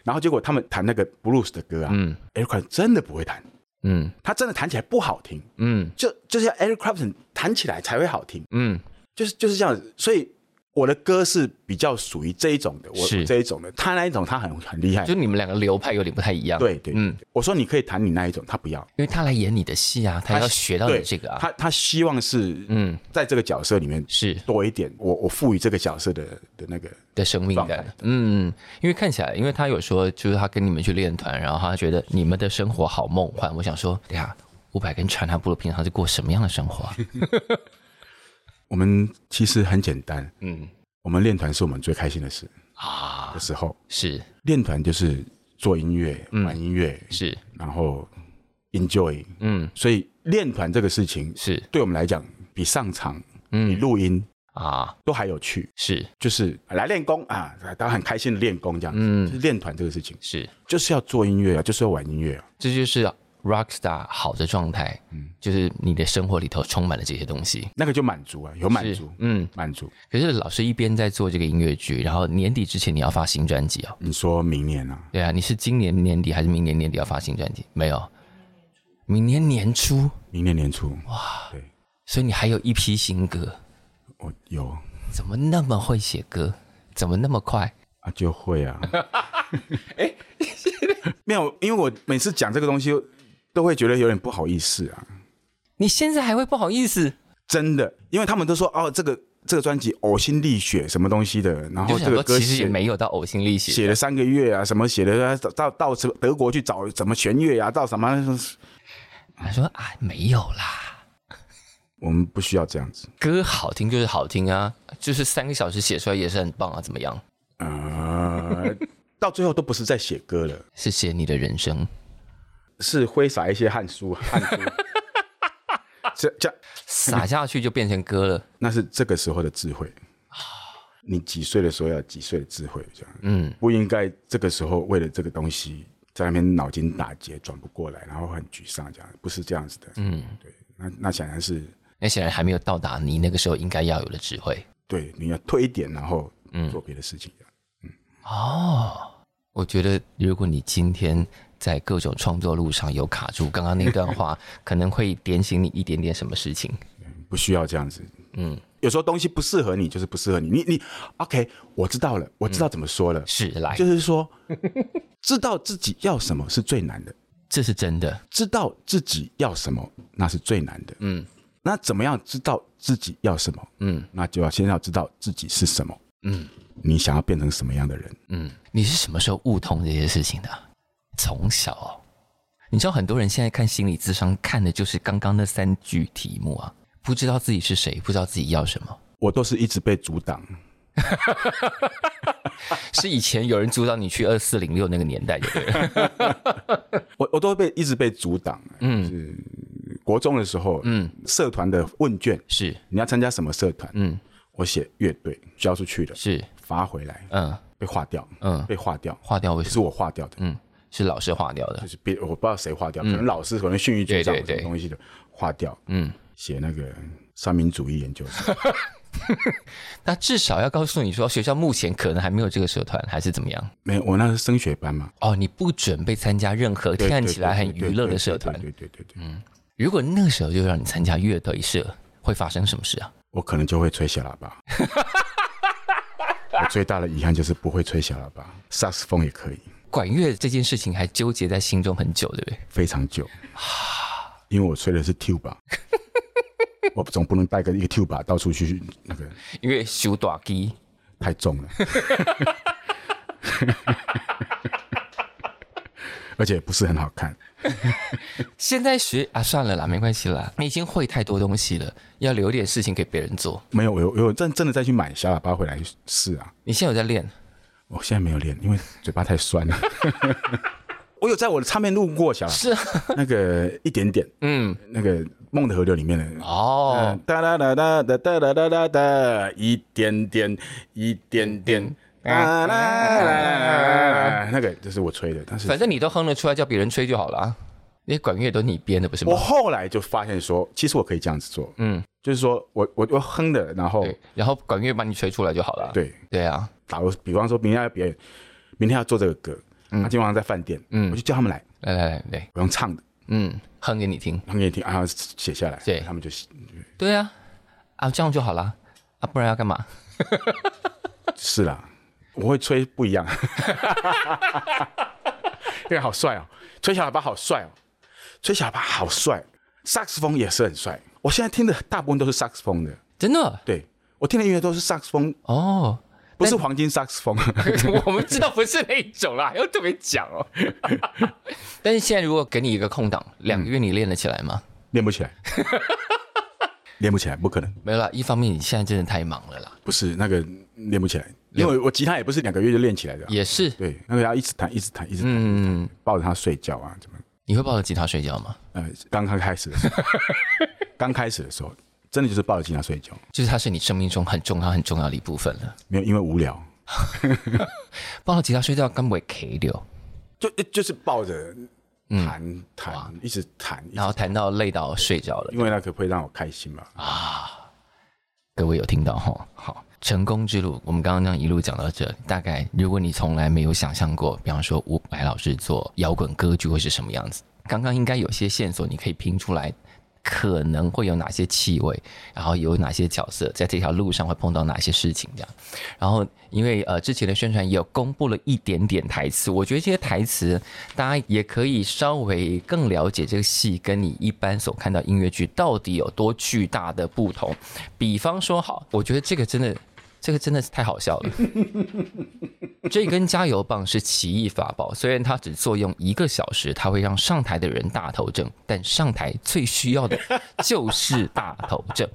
然后结果他们弹那个 blues 的歌啊、
嗯
e r i c Clapton 真的不会弹，
嗯
他真的弹起来不好听，
嗯
就就是要 Eric Clapton 弹起来才会好听。
嗯，
就是就是这样子，所以我的歌是比较属于这一种的，我
是
这一种的，他那一种他很很厉害，
就你们两个流派有点不太一样，
对对，
嗯
嗯，我说你可以弹你那一种，他不要，
因为他来演你的戏啊，他要学到你
对
这个啊，
他他希望是
嗯
嗯，在这个角色里面
是
多一点，我我赋予这个角色的的那个，
的生命
状
感
态。
嗯，因为看起来，因为他有说，就是他跟你们去练团，然后他觉得你们的生活好梦幻。我想说，对啊呀，伍佰跟传他部落平常是过什么样的生活 啊？
我们其实很简单，
嗯
我们练团是我们最开心的事
啊
的，时候，
是
练团就是做音乐、
嗯
玩音乐，
是，
然后 enjoy，
嗯
所以练团这个事情
是
对我们来讲，比上场、比
嗯
录音
啊
都还有趣。
是
就是来练功啊，大家很开心的练功这样子。
嗯
就是练团这个事情，
是，
就是要做音乐啊，就是要玩音乐啊。
这就是 rock star 好的状态。嗯，就是你的生活里头充满了这些东西。
那个就满足啊，有满
是
足，，
嗯，
满足。
可是老师一边在做这个音乐剧，然后年底之前你要发新专辑哦。
你说明年啊，
对啊，你是今年年底还是明年年底要发新专辑？没有，明年年初，
明年年初哇，对，
所以你还有一批新歌。
我有
怎么那么会写歌？怎么那么快？
啊，就会 啊。哎，没有，因为我每次讲这个东西，都会觉得有点不好意思啊，
你现在还会不好意思？
真的，因为他们都说哦，这个这个专辑呕心沥血什么东西的，然
你就想
后这
说
个歌
其实也
写
没有到呕心沥血，
写了三个月啊，什么写的到到到什么德国去找怎么弦乐啊，到什么
他说啊没有啦，
我们不需要这样子。
歌好听就是好听啊，就是三个小时写出来也是很棒啊，怎么样？
呃，到最后都不是在写歌了，
是写你的人生，
是挥洒一些汗书，啊汗书。这这
撒下去就变成歌了。
那是这个时候的智慧。你几岁的时候要有几岁的智慧，这样
嗯，
不应该这个时候为了这个东西在那边脑筋打结，转不过来，然后很沮丧，这样不是这样子的。嗯，对，那那显然是
那显然还没有到达你那个时候应该要有的智慧
对，你要退一点，然后做别的事情。这样
哦。我觉得如果你今天在各种创作路上有卡住，刚刚那段 话可能会点醒你一点点什么事情。
不需要这样子。嗯，有时候东西不适合你，就是不适合你。你你，OK，我知道了，嗯我知道怎么说了。
是来
就是说，知道自己要什么是最难的。
这是真的。
知道自己要什么，那是最难的。嗯，那怎么样知道自己要什么？嗯，那就要先要知道自己是什么。嗯，你想要变成什么样的人？
嗯，你是什么时候悟通这些事情的啊？从小哦、你知道很多人现在看心理智商看的就是刚刚那三句题目啊，不知道自己是谁，不知道自己要什么。
我都是一直被阻挡，
是以前有人阻挡你去二四零六那个年代，对不对？
我我都被一直被阻挡。嗯，是国中的时候，嗯，社团的问卷，
是
你要参加什么社团？嗯，我写乐队交出去了，
是，
罚回来，
嗯，
被划掉，
嗯
被划掉，
划掉为什
是
么？
我划掉的，
嗯，是老师划掉的
就。是别我不知道谁划掉，可能老师，可能训育局长
对对
什么
对
东西的划掉，
嗯，
写那个三民主义研究所，
那至少要告诉你说，学校目前可能还没有这个社团，还是怎么样？
没有，我那是升学班嘛，
哦，你不准备参加任何
对
看起来很
对对
娱乐
对
的社团。
对对对对对，嗯，
如果那时候就让你参加乐队社，会发生什么事啊？
我可能就会吹小喇叭。我最大的遗憾就是不会吹小喇叭，萨克斯风也可以，
管乐这件事情还纠结在心中很久，对不对？
非常久，因为我吹的是 tuba，我总不能带个一个 tuba 到处去，那个
因为修短机，
太重了， 而且不是很好看。
现在学啊，算了啦，没关系啦，你已经会太多东西了，要留点事情给别人做。
没有，我有我有真真的再去买小喇叭回来试啊。
你现在有在练，
我现在没有练，因为嘴巴太 酸了。我有在我的唱片录过小喇叭，
是啊
那个一点点，嗯，那个《梦的河流》里面的。
哦，
嗯哒哒哒哒哒哒哒哒哒哒，一点点，一点点，哒啦啦啦啦那个就是我吹的，但是
反正你都哼得出来，叫别人吹就好了啊。那些管乐都你编的不是吗
我？后来就发现说，其实我可以这样子做，嗯，就是说我我我哼的，然后
对，然后管乐帮你吹出来就好了。
对，
对啊，
打个比方说，明天要表演，明天要做这个歌，那今天晚上在饭店，嗯，我就叫他们来，
来来来来，
我用唱的，
嗯，哼给你听。
他们也听，然后写下来，
对
他们就
对啊，啊这样就好了啊，不然要干嘛？
是啦，我会吹不一样， 因为好帅哦，吹小喇叭好帅哦，吹小喇叭好帅，萨克斯风也是很帅。我现在听的大部分都是萨克斯风的，
真的
对我听的音乐都是萨克斯风，
哦，
不是黄金萨克斯风。
我们知道不是那一种啦，还要特别讲哦。 但是现在如果给你一个空档，两个月你练得起来吗？
练不起来， 练不起来，不可能，
没有啦，一方面你现在真的太忙了啦，
不是那个练不起来，因为我吉他也不是两个月就练起来的啊、
也是。
对，那个要一直弹，一直弹，一直弹，
嗯，
抱着它睡觉啊，怎么？
你会抱着吉他睡觉吗？
呃，刚刚开始的时候，刚开始的时候，真的就是抱着吉他睡觉，
就是它是你生命中很重要、很重要的一部分了。
没有因为无聊。
抱着吉他睡觉，根本 K 掉，
就就是抱着弹弹，一直弹，一直
然后弹到累到睡着了。
因为那个会让我开心嘛。
各位有听到哈？好，成功之路，我们刚刚这样一路讲到这，大概如果你从来没有想象过，比方说伍佰老师做摇滚歌剧会是什么样子，刚刚应该有些线索你可以拼出来，可能会有哪些气味，然后有哪些角色在这条路上会碰到哪些事情这样。然后因为呃之前的宣传也有公布了一点点台词，我觉得这些台词大家也可以稍微更了解这个戏跟你一般所看到音乐剧到底有多巨大的不同。比方说，好，我觉得这个真的。这个真的是太好笑了。这根加油棒是奇异法宝，虽然它只作用一个小时，它会让上台的人大头症，但上台最需要的就是大头症。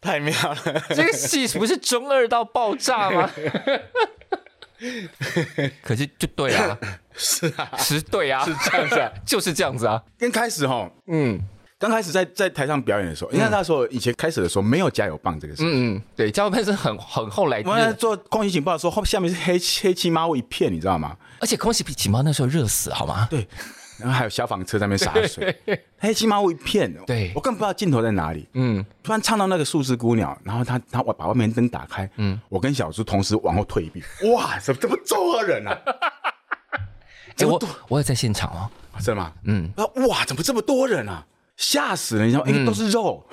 太妙了！
这个戏不是中二到爆炸吗？ 可是就对啊，
是啊，
是对啊，是这样子、就是这样子啊。
刚开始哈，
嗯
刚开始在在台上表演的时候，因为那时候以前开始的时候没有加油棒这个事。
嗯嗯，对，加油喷是很很后来
我们在
的，
做空袭警报的时候，后下面是黑黑漆麻乌一片，你知道吗？
而且空袭比起猫那时候热死，好吗？
对，然后还有消防车在那边洒 水，黑漆麻乌一片。哦
对
我根本不知道镜头在哪里。嗯，突然唱到那个树枝姑娘，然后她她我把外面灯打开，嗯，我跟小猪同时往后退一步， 哇，怎么这么中二人啊？
哎、我我也在现场哦，
啊真的吗？嗯，哇，怎么这么多人啊？吓死人！你知道吗？因为哎 都是肉，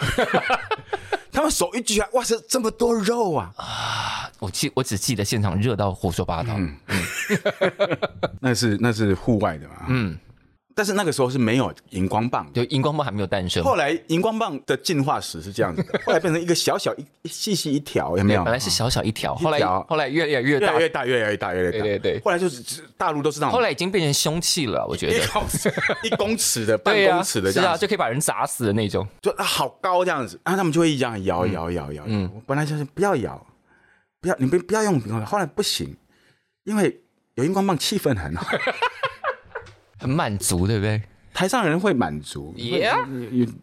他们手一举起来，哇塞，这么多肉啊！
我记我只记得现场热到胡说八道，
那是那是户外的嘛，嗯，但是那个时候是没有荧光棒的。
就荧光棒还没有诞生，
后来荧光棒的进化史是这样子 的，后来变成一个小小一一细细一条，有没
对，
有
本？来是小小一条，后
一
来
条
后来越来越
越
大
来，越大，越来越大，越来越大。
对对对
后来就是大陆都是那种
后来已经变成凶器了，我觉
一
得。
公尺一公尺的、半
对呀、
公尺的
是
这样
啊，
子，
就可以把人砸死的那种。
就啊好高这样子，啊，他们就会这样摇摇摇摇。嗯，我本来就是不要摇，不要你不不要用荧光棒，后来不行，因为有荧光棒气氛 很好，
很满足，对不对？
台上人会满足。
Yeah
有有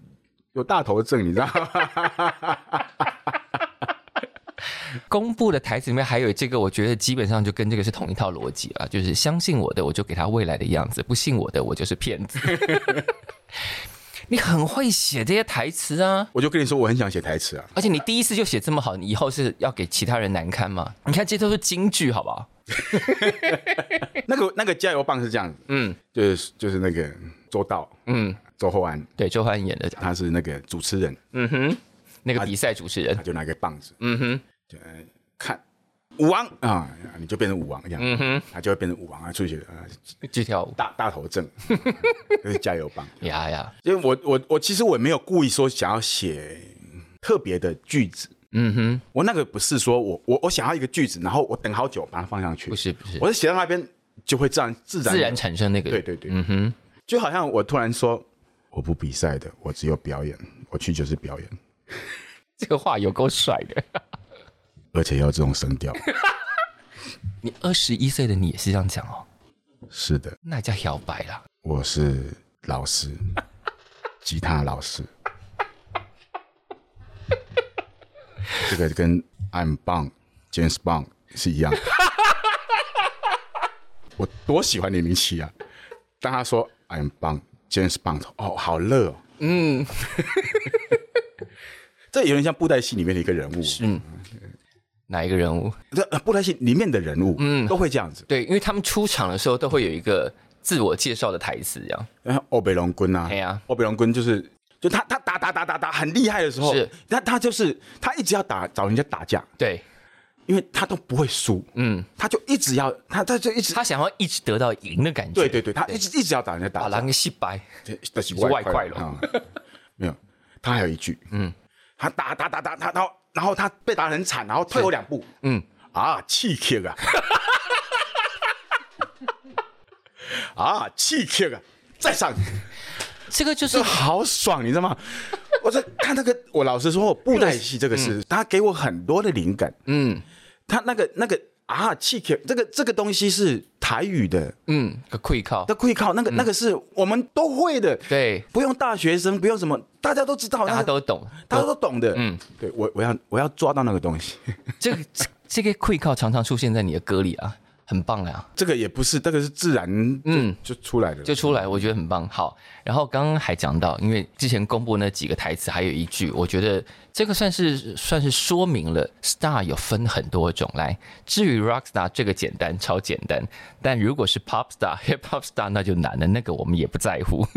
有大头症，你知道吗？
公布的台词里面还有这个，我觉得基本上就跟这个是同一套逻辑啊，就是相信我的，我就给他未来的样子；不信我的，我就是骗子。 你很会写这些台词啊，
我就跟你说，我很想写台词啊。
而且你第一次就写这么好，你以后是要给其他人难堪吗？你看这都是京剧，好不好？
那个那个加油棒是这样子，
嗯
就是就是那个周道
嗯，
周厚安，
对，周焕演的，
他是那个主持人，
嗯哼，那个比赛主持人
他，就拿一个棒子，呃
嗯哼，
看武王啊，你就变成武王这样，
嗯哼，
他就会变成武王啊，出去啊
去跳舞，
大大头 症，就是加油棒。
呀呀，
因为我我我其实我也没有故意说想要写特别的句子，
嗯哼，
我那个不是说我我我想要一个句子，然后我等好久把它放上去
不，是不是，
我是写到那边就会自然自然
自然产生那个，
对对对，
嗯哼，
就好像我突然说我不比赛的，我只有表演，我去就是表演，
这个话有够帅的。
而且要这种声 调，
你二十一岁的你也是这样讲哦，
是的，
那也叫摇摆啦。
我是老师，吉他老师。这个跟 I'm Bond、James Bond 是一样的。我多喜欢零零七啊！当他说 I'm Bond、James Bond，哦，好热哦。嗯， 这有点像布袋戏里面的一个人物，
哪一个人物？
这呃布袋戏里面的人物，嗯，都会这样子。
对，因为他们出场的时候都会有一个自我介绍的台词，这样
然后欧北龙棍啊，
哎呀
欧北龙棍就是，就他他打打打打打很厉害的时候
是，
他他就是他一直要打找人家打架，
对，
因为他都不会输，
嗯，
他就一直要他他就一直，
他想要一直得到赢的感觉，
对对对，他一直一直要打人家
把
打架
狼，给洗白，
这这是
外快了
啊，没有，他还有一句，嗯，他打打打打他，然后然后他被打得很惨，然后退后两步，
嗯，
啊，气 Q 啊， 啊，气 Q 啊，再上。
这个就是
这好爽，你知道 吗？我在看那个，我老实说，我布袋戏这个是，它给我很多的灵感。
嗯
它那个那个啊，气 Q 这个这个东西是台语的，
嗯个溃靠，
的会靠那个、那个是我们都会的，
嗯对，
不用大学生，不用什么，大家都知道，
大家都懂。
大家都懂的。嗯，对我我要我要抓到那个东西，
这个这这个溃靠常常出现在你的歌里啊，很棒啊。
这个也不是，这个是自然嗯
嗯
就出来的，
就出来，我觉得很棒。好，然后刚刚还讲到，因为之前公布那几个台词，还有一句，我觉得这个算是算是说明了 star 有分很多种。来，至于 rock star 这个简单，超简单，但如果是 pop star、hip hop star 那就难了，那个我们也不在乎。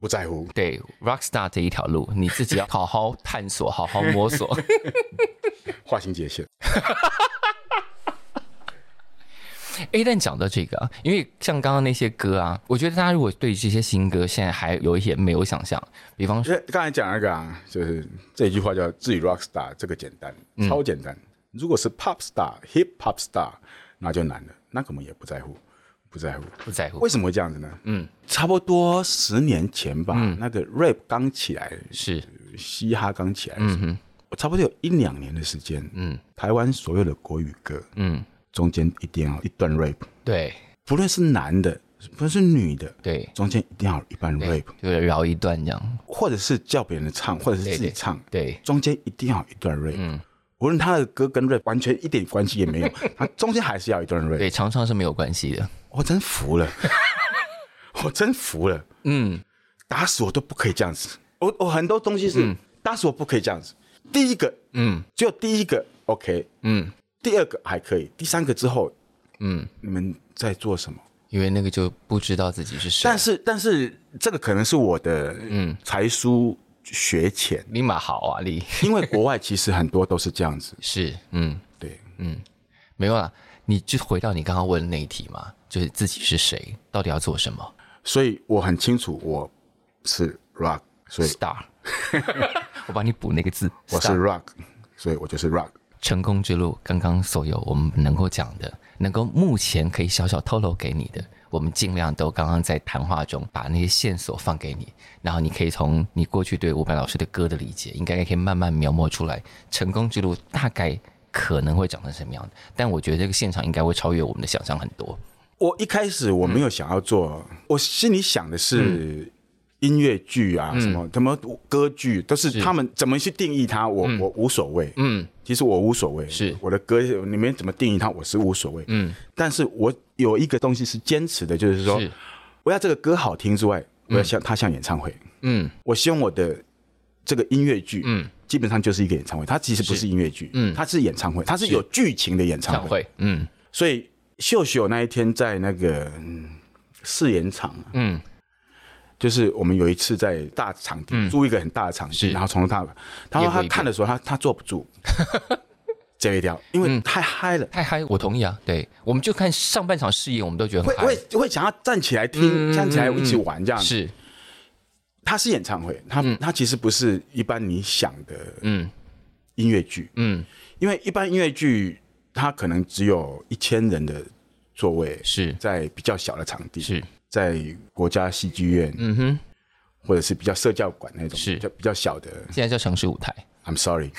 不在乎。
对 rock star 这一条路，你自己要好好探索，好好摸索。
划清界限，
A 但讲到这个啊，因为像刚刚那些歌啊，我觉得大家如果对这些新歌现在还有一些没有想象，比方说
因为刚才讲那个啊，就是这一句话叫“至于 rock star”，这个简单，超简单。如果是 pop star、hip hop star，那就难了，那个我们也不在乎，不在乎。
不在乎
为什么会这样子呢？嗯，差不多十年前吧，那个 rap 刚起来，
是
嘻哈刚起来，嗯我差不多有一两年的时间，嗯，台湾所有的国语歌，嗯，中间一定要一段 rap，
对
不论是男的，不论是女的，
对。
中间一定要有一半 rap，
就是饶一段这样。
或者是叫别人唱，或者是自
对
己
对
唱，
对，
中间一定要有一段 rap。无
嗯
论他的歌跟 rap 完全一点关系也没 有，他中间还是要有一段 rap。
对，常常是没有关系的。
我真服了， 我真服了，
嗯，
打死我都不可以这样子。我我很多东西
嗯
是、打死我不可以这样子。第一个，嗯，只有第一个 OK，
嗯，
第二个还可以，第三个之后，嗯，你们在做什么？
因为那个就不知道自己是谁
但。是但是这个可能是我的嗯才疏学前，
你马好啊，你，
因为国外其实很多都是这样子
是嗯
对，
没有啦，你就回到你刚刚问的那一题嘛，就是自己是谁，到底要做什么
所以我很清楚我是 rock，所以
？Star，我帮你补那个字，
我是
star
rock，所以我就是 rock。
成功之路，刚刚所有我们能够讲的，能够目前可以小小透露给你的，我们尽量都刚刚在谈话中把那些线索放给你，然后你可以从你过去对伍佰老师的歌的理解，应该可以慢慢描摹出来成功之路大概可能会长成什么样的。但我觉得这个现场应该会超越我们的想象很多。
我一开始我没有想要做，我心里想的是音乐剧啊，什么什么歌剧，都是他们怎么去定义它，我、我无所谓。
嗯，
其实我无所谓，
是
我的歌你们怎么定义它，我是无所谓。嗯，但是我有一个东西是坚持的，就是说
是，
我要这个歌好听之外，我要像、它像演唱会。
嗯
我希望我的这个音乐剧，嗯，基本上就是一个演唱会，它其实不是音乐剧，嗯，它是演唱会，它是有剧情的演唱
唱
会。
会，嗯
所以秀秀那一天在那个嗯试演场，啊
嗯，
就是我们有一次在大场地、租一个很大的场
是
地，然后从头到尾，他
也
说
会
他
一个
看的时候，他他坐不住，这一条，因为太嗨了。
太嗨，我同意啊。对，我们就看上半场试验，我们都觉得
会
很嗨，
会会想要站起来听，站起来一起玩这样。子。
是
它是演唱会，它它其实不是一般你想的
嗯
音乐剧，
嗯
因为一般音乐剧它可能只有一千人的座位，
是
在比较小的场地，
是
在国家戏剧院，
嗯哼，
或者是比较社教馆那种，
是
比较比较小的。
现在叫城市舞 台
I'm sorry，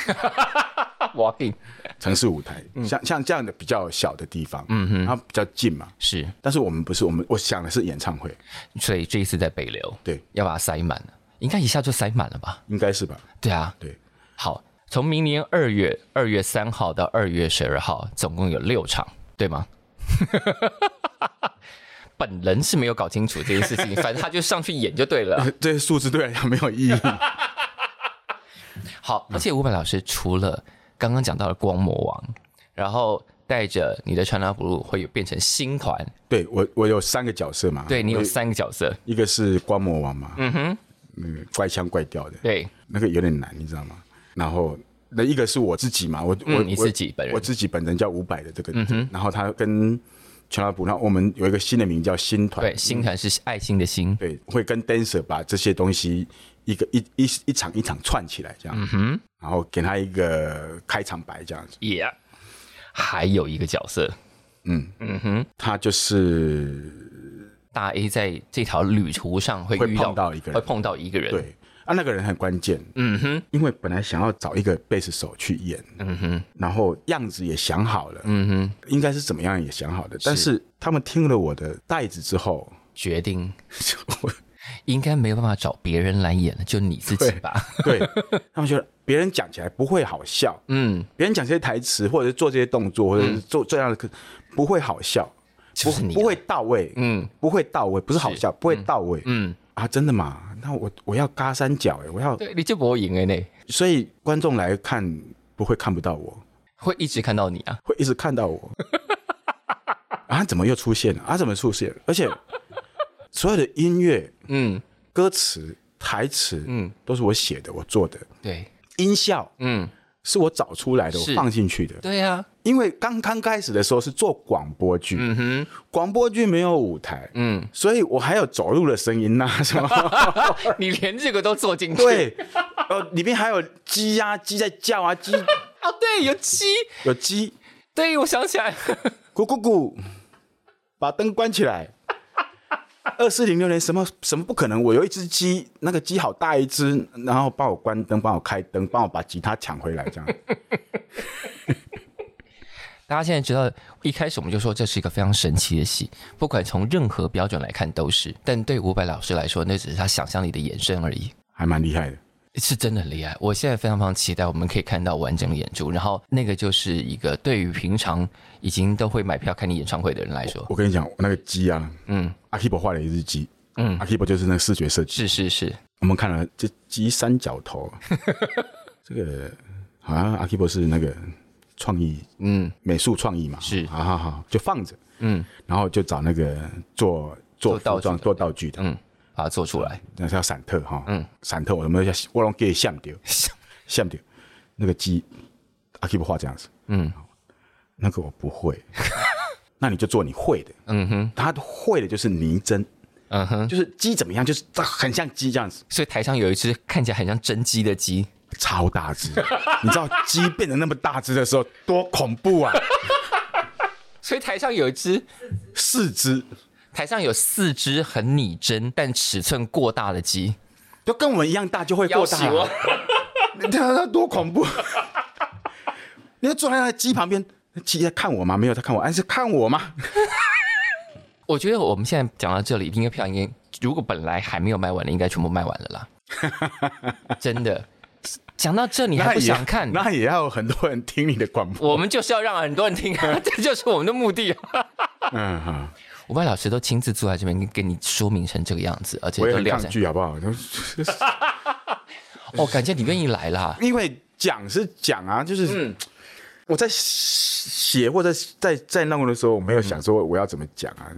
walking
城市舞台，
嗯
像像这样的比较小的地方，嗯哼，它比较近嘛。
是。
但是我们不是，我们我想的是演唱会，
所以这一次在北流，
对，
要把它塞满了，应该一下就塞满了吧？
应该是吧？
对啊，
对，
好，从明年二月二月三号到二月十二号，总共有六场，对吗？ 本人是没有搞清楚这件事情，反正他就上去演就对 了。啊
这些数字对来讲没有意义。
好，而且伍佰老师除了刚刚讲到的光魔王，然后带着你的川拉不入会有变成新团，
对我，我有三个角色嘛，
对你有
我
三个角色，
一个是光魔王嘛，嗯哼，那个怪腔怪调的，
对，
那个有点难，你知道吗？然后那一个是我自己嘛，我、
嗯
我
你
我
自己本人嗯
我自己本人叫伍佰的这个，然后他跟全拉普，然后我们有一个新的名叫新团，
对，新团是爱心的心，
对，会跟 dancer 把这些东西一个一一一场一场串起来这样，
嗯
然后给他一个开场白这样子，
Yeah，还有一个角色，
他就是
大 A 在这条旅途上会
会
遇到
碰到一个人
会碰到一个人，，
对。啊，那个人很关键，
嗯哼，
因为本来想要找一个贝斯手去演，
嗯哼，
然后样子也想好了，
嗯哼，
应该是怎么样也想好的。但是他们听了我的袋子 之后，
决 定
我
应该没有办法找别人来演了，就你自己吧，
对他们觉得别人讲起来不会好笑，
嗯，
别人讲这些台词或者是做这些动作或者是做这样的课不会好笑，
就
不
是你，
不，会到位，
嗯
不会到位，不是好笑，不会到位
嗯，
啊！真的吗？那我我要嘎三角哎，我要
对，你就不会赢了呢，
所以观众来看不会看不到我，
会一直看到你啊，
会一直看到 我。啊，怎么又出现了？啊，怎么出现了？而且所有的音乐
嗯，
歌词、台词，嗯，都是我写的，我做的。
对，
音效
嗯，
是我找出来的，我
是
放进去的。
对啊，
因为刚刚开始的时候是做广播剧，
嗯哼，
广播剧没有舞台，
嗯，
所以我还有走路的声音呐、什么
哦你连这个都做进去，，
对，呃，里面还有鸡呀、鸡在叫啊，鸡
哦，对，有鸡，
有鸡
对我想起来，
咕咕咕，把灯关起来。二四零六年什么什么不可能？我有一只鸡，那个鸡好大一只，然后帮我关灯，帮我开灯，帮我把吉他抢回来， 这样。
大家现在知道，一开始我们就说这是一个非常神奇的戏，不管从任何标准来看都是，但对伍佰老师来说，那只是他想象力的延伸而已。
还蛮厉害的。
是真的很厉害，我现在非常非常期待我们可以看到完整的演出。然后那个就是一个对于平常已经都会买票看你演唱会的人来说，
我跟你讲，我那个鸡啊，
嗯
阿 Kibo 画了一只鸡，
嗯
阿 Kibo 就是那个视觉设计。
是是是，
我们看了这鸡三 角头，这个好像阿 Kibo 是那个创意
嗯
美术创意嘛，啊
是
好好好，就放着，
嗯
然后就找那个做
做
做
道具
服装
的
做道具的，
嗯，把它做出来。
那是要闪特哈，嗯，闪特我能不能要我拢给闪掉， 闪掉那个鸡，阿 K 不画这样子，嗯，那个我不会，那你就做你会的，嗯哼，他会的就是泥针，
嗯哼，
就是鸡怎么样，就是很像鸡这样子，
所以台上有一只看起来很像真鸡的鸡，
超大只，你知道鸡变得那么大只的时候多恐怖啊！
所以台上有一只，
四肢
台上有四只很拟真但尺寸过大的鸡，
就跟我们一样大，就会过大、
要死
啊。你看它多恐怖！啊 你就坐在那个鸡旁边，那鸡在看我吗？没有在看我，哎，是看我吗？
我觉得我们现在讲到这里，应该票应该如果本来还没有卖完的，应该全部卖完了啦。 真的，讲到这你还不想看？
那也要很多人听你的广播。
我们就是要让很多人听 啊，这就是我们的目的啊。
嗯哈，
我把老师都亲自坐在这边跟跟你说明成这个样子，而且
我也
都
很
聊
抗
下
拒，好不好？
哦，感谢你愿意来啦。
因为讲是讲啊，就是、
嗯
我在写或者在在弄的时候，我没有想说我要怎么讲啊。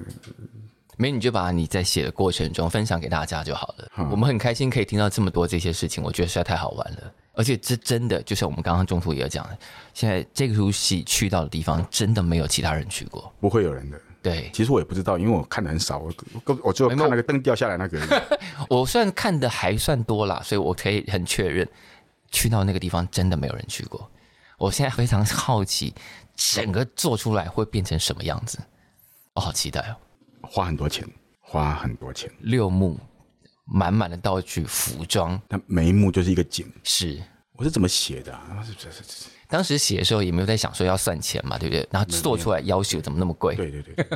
没，你就把你在写的过程中分享给大家就好了。
嗯
我们很开心可以听到这么多这些事情，我觉得实在太好玩了。而且这真的就是我们刚刚中途也有讲的，现在这出戏去到的地方真的没有其他人去过。
不会有人的。
对
其实我也不知道，因为我看的很少，我我我就看那个灯掉下来那个 而已。
我虽然看的还算多啦，所以我可以很确认，去到那个地方真的没有人去过。我现在非常好奇，整个做出来会变成什么样子？我、好期待哦！
花很多钱，花很多钱。
六幕，满满的道具、服装
那每一幕就是一个景，
是
我是怎么写的、 啊？是是是是，
当时写的时候也没有在想说要算钱嘛，对不对？然后做出来要求怎么那么贵？
对对对。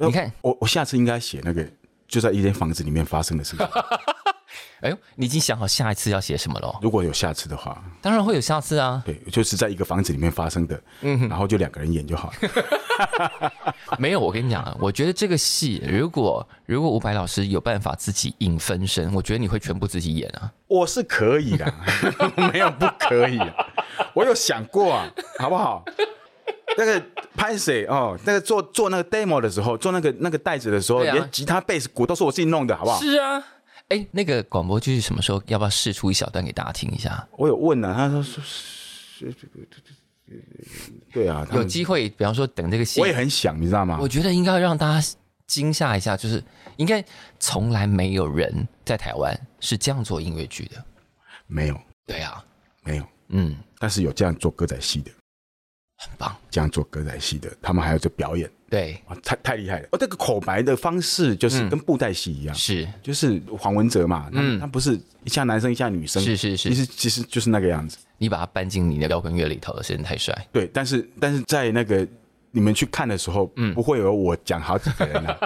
你看，
我我下次应该写那个就在一间房子里面发生的事情。
哎呦，你已经想好下一次要写什么了哦？
如果有下次的话，
当然会有下次啊，
对，就是在一个房子里面发生的，嗯，然后就两个人演就好了。
没有。我跟你讲啊，我觉得这个戏如果如果伍佰老师有办法自己引分身，我觉得你会全部自己演啊。
我是可以 的，没有不可以、啊，我有想过啊，好不好？那个拍谁哦，那个做做那个 demo 的时候，做那个那个袋子的时候，
对啊
连吉他、贝斯、鼓都是我自己弄的，好不好？
是啊，哎，那个广播剧什么时候要不要试出一小段给大家听一下？
我有问啊，他说是是这个这个对啊，他
有
们
机会，比方说等这个戏
我也很想，你知道吗
我？觉得应该让大家惊吓一下，就是应该从来没有人在台湾是这样做音乐剧的。
没有
对啊，
没有，
嗯，
但是有这样做歌仔戏的，
很棒。
这样做歌仔戏的，他们还有这表演
对，
啊，太太厉害了！哦，这个口白的方式就是跟布袋戏一样，
是
就是黄文哲嘛，嗯，他不是一下男生一下女生，
是是
其
是，
实其实就是那个样子。
你把它搬进你的摇滚乐里头了，实在太帅。
对，但是但是在那个你们去看的时候，不会有我讲好几个人 啊，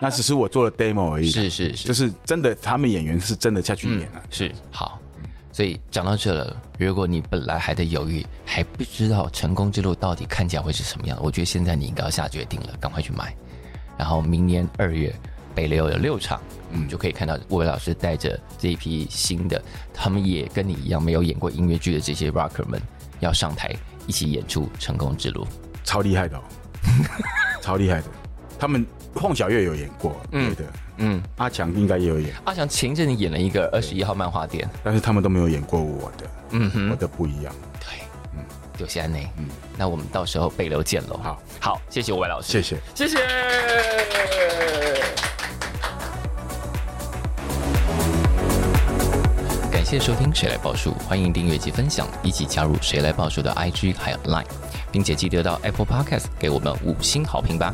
那只是我做了 demo 而已，
是是是
就是嗯真的，他们演员是真的下去演了。啊
是，好。所以讲到这了，如果你本来还在犹豫，还不知道成功之路到底看起来会是什么样，我觉得现在你应该要下决定了，赶快去买。然后明年二月北流有六场，嗯，就可以看到魏伟老师带着这一批新的，他们也跟你一样没有演过音乐剧的这些 rocker 们，要上台一起演出《成功之路》。
超厉 害的、哦，超厉害的。他们凤小岳有演过，对的，嗯，阿强应该也有演，
阿翔前一阵子演了一个二十一号漫画店，
但是他们都没有演过我的，嗯哼，我的不一样。
对，嗯，有些安内，嗯，那我们到时候北流见喽。
好，
好，谢谢吴伟老师，
谢谢。
谢谢。感谢收听《谁来报数》，欢迎订阅及分享，一起加入《谁来报数》的 IG 还有 Line，并且记得到 Apple Podcast 给我们五星好评吧。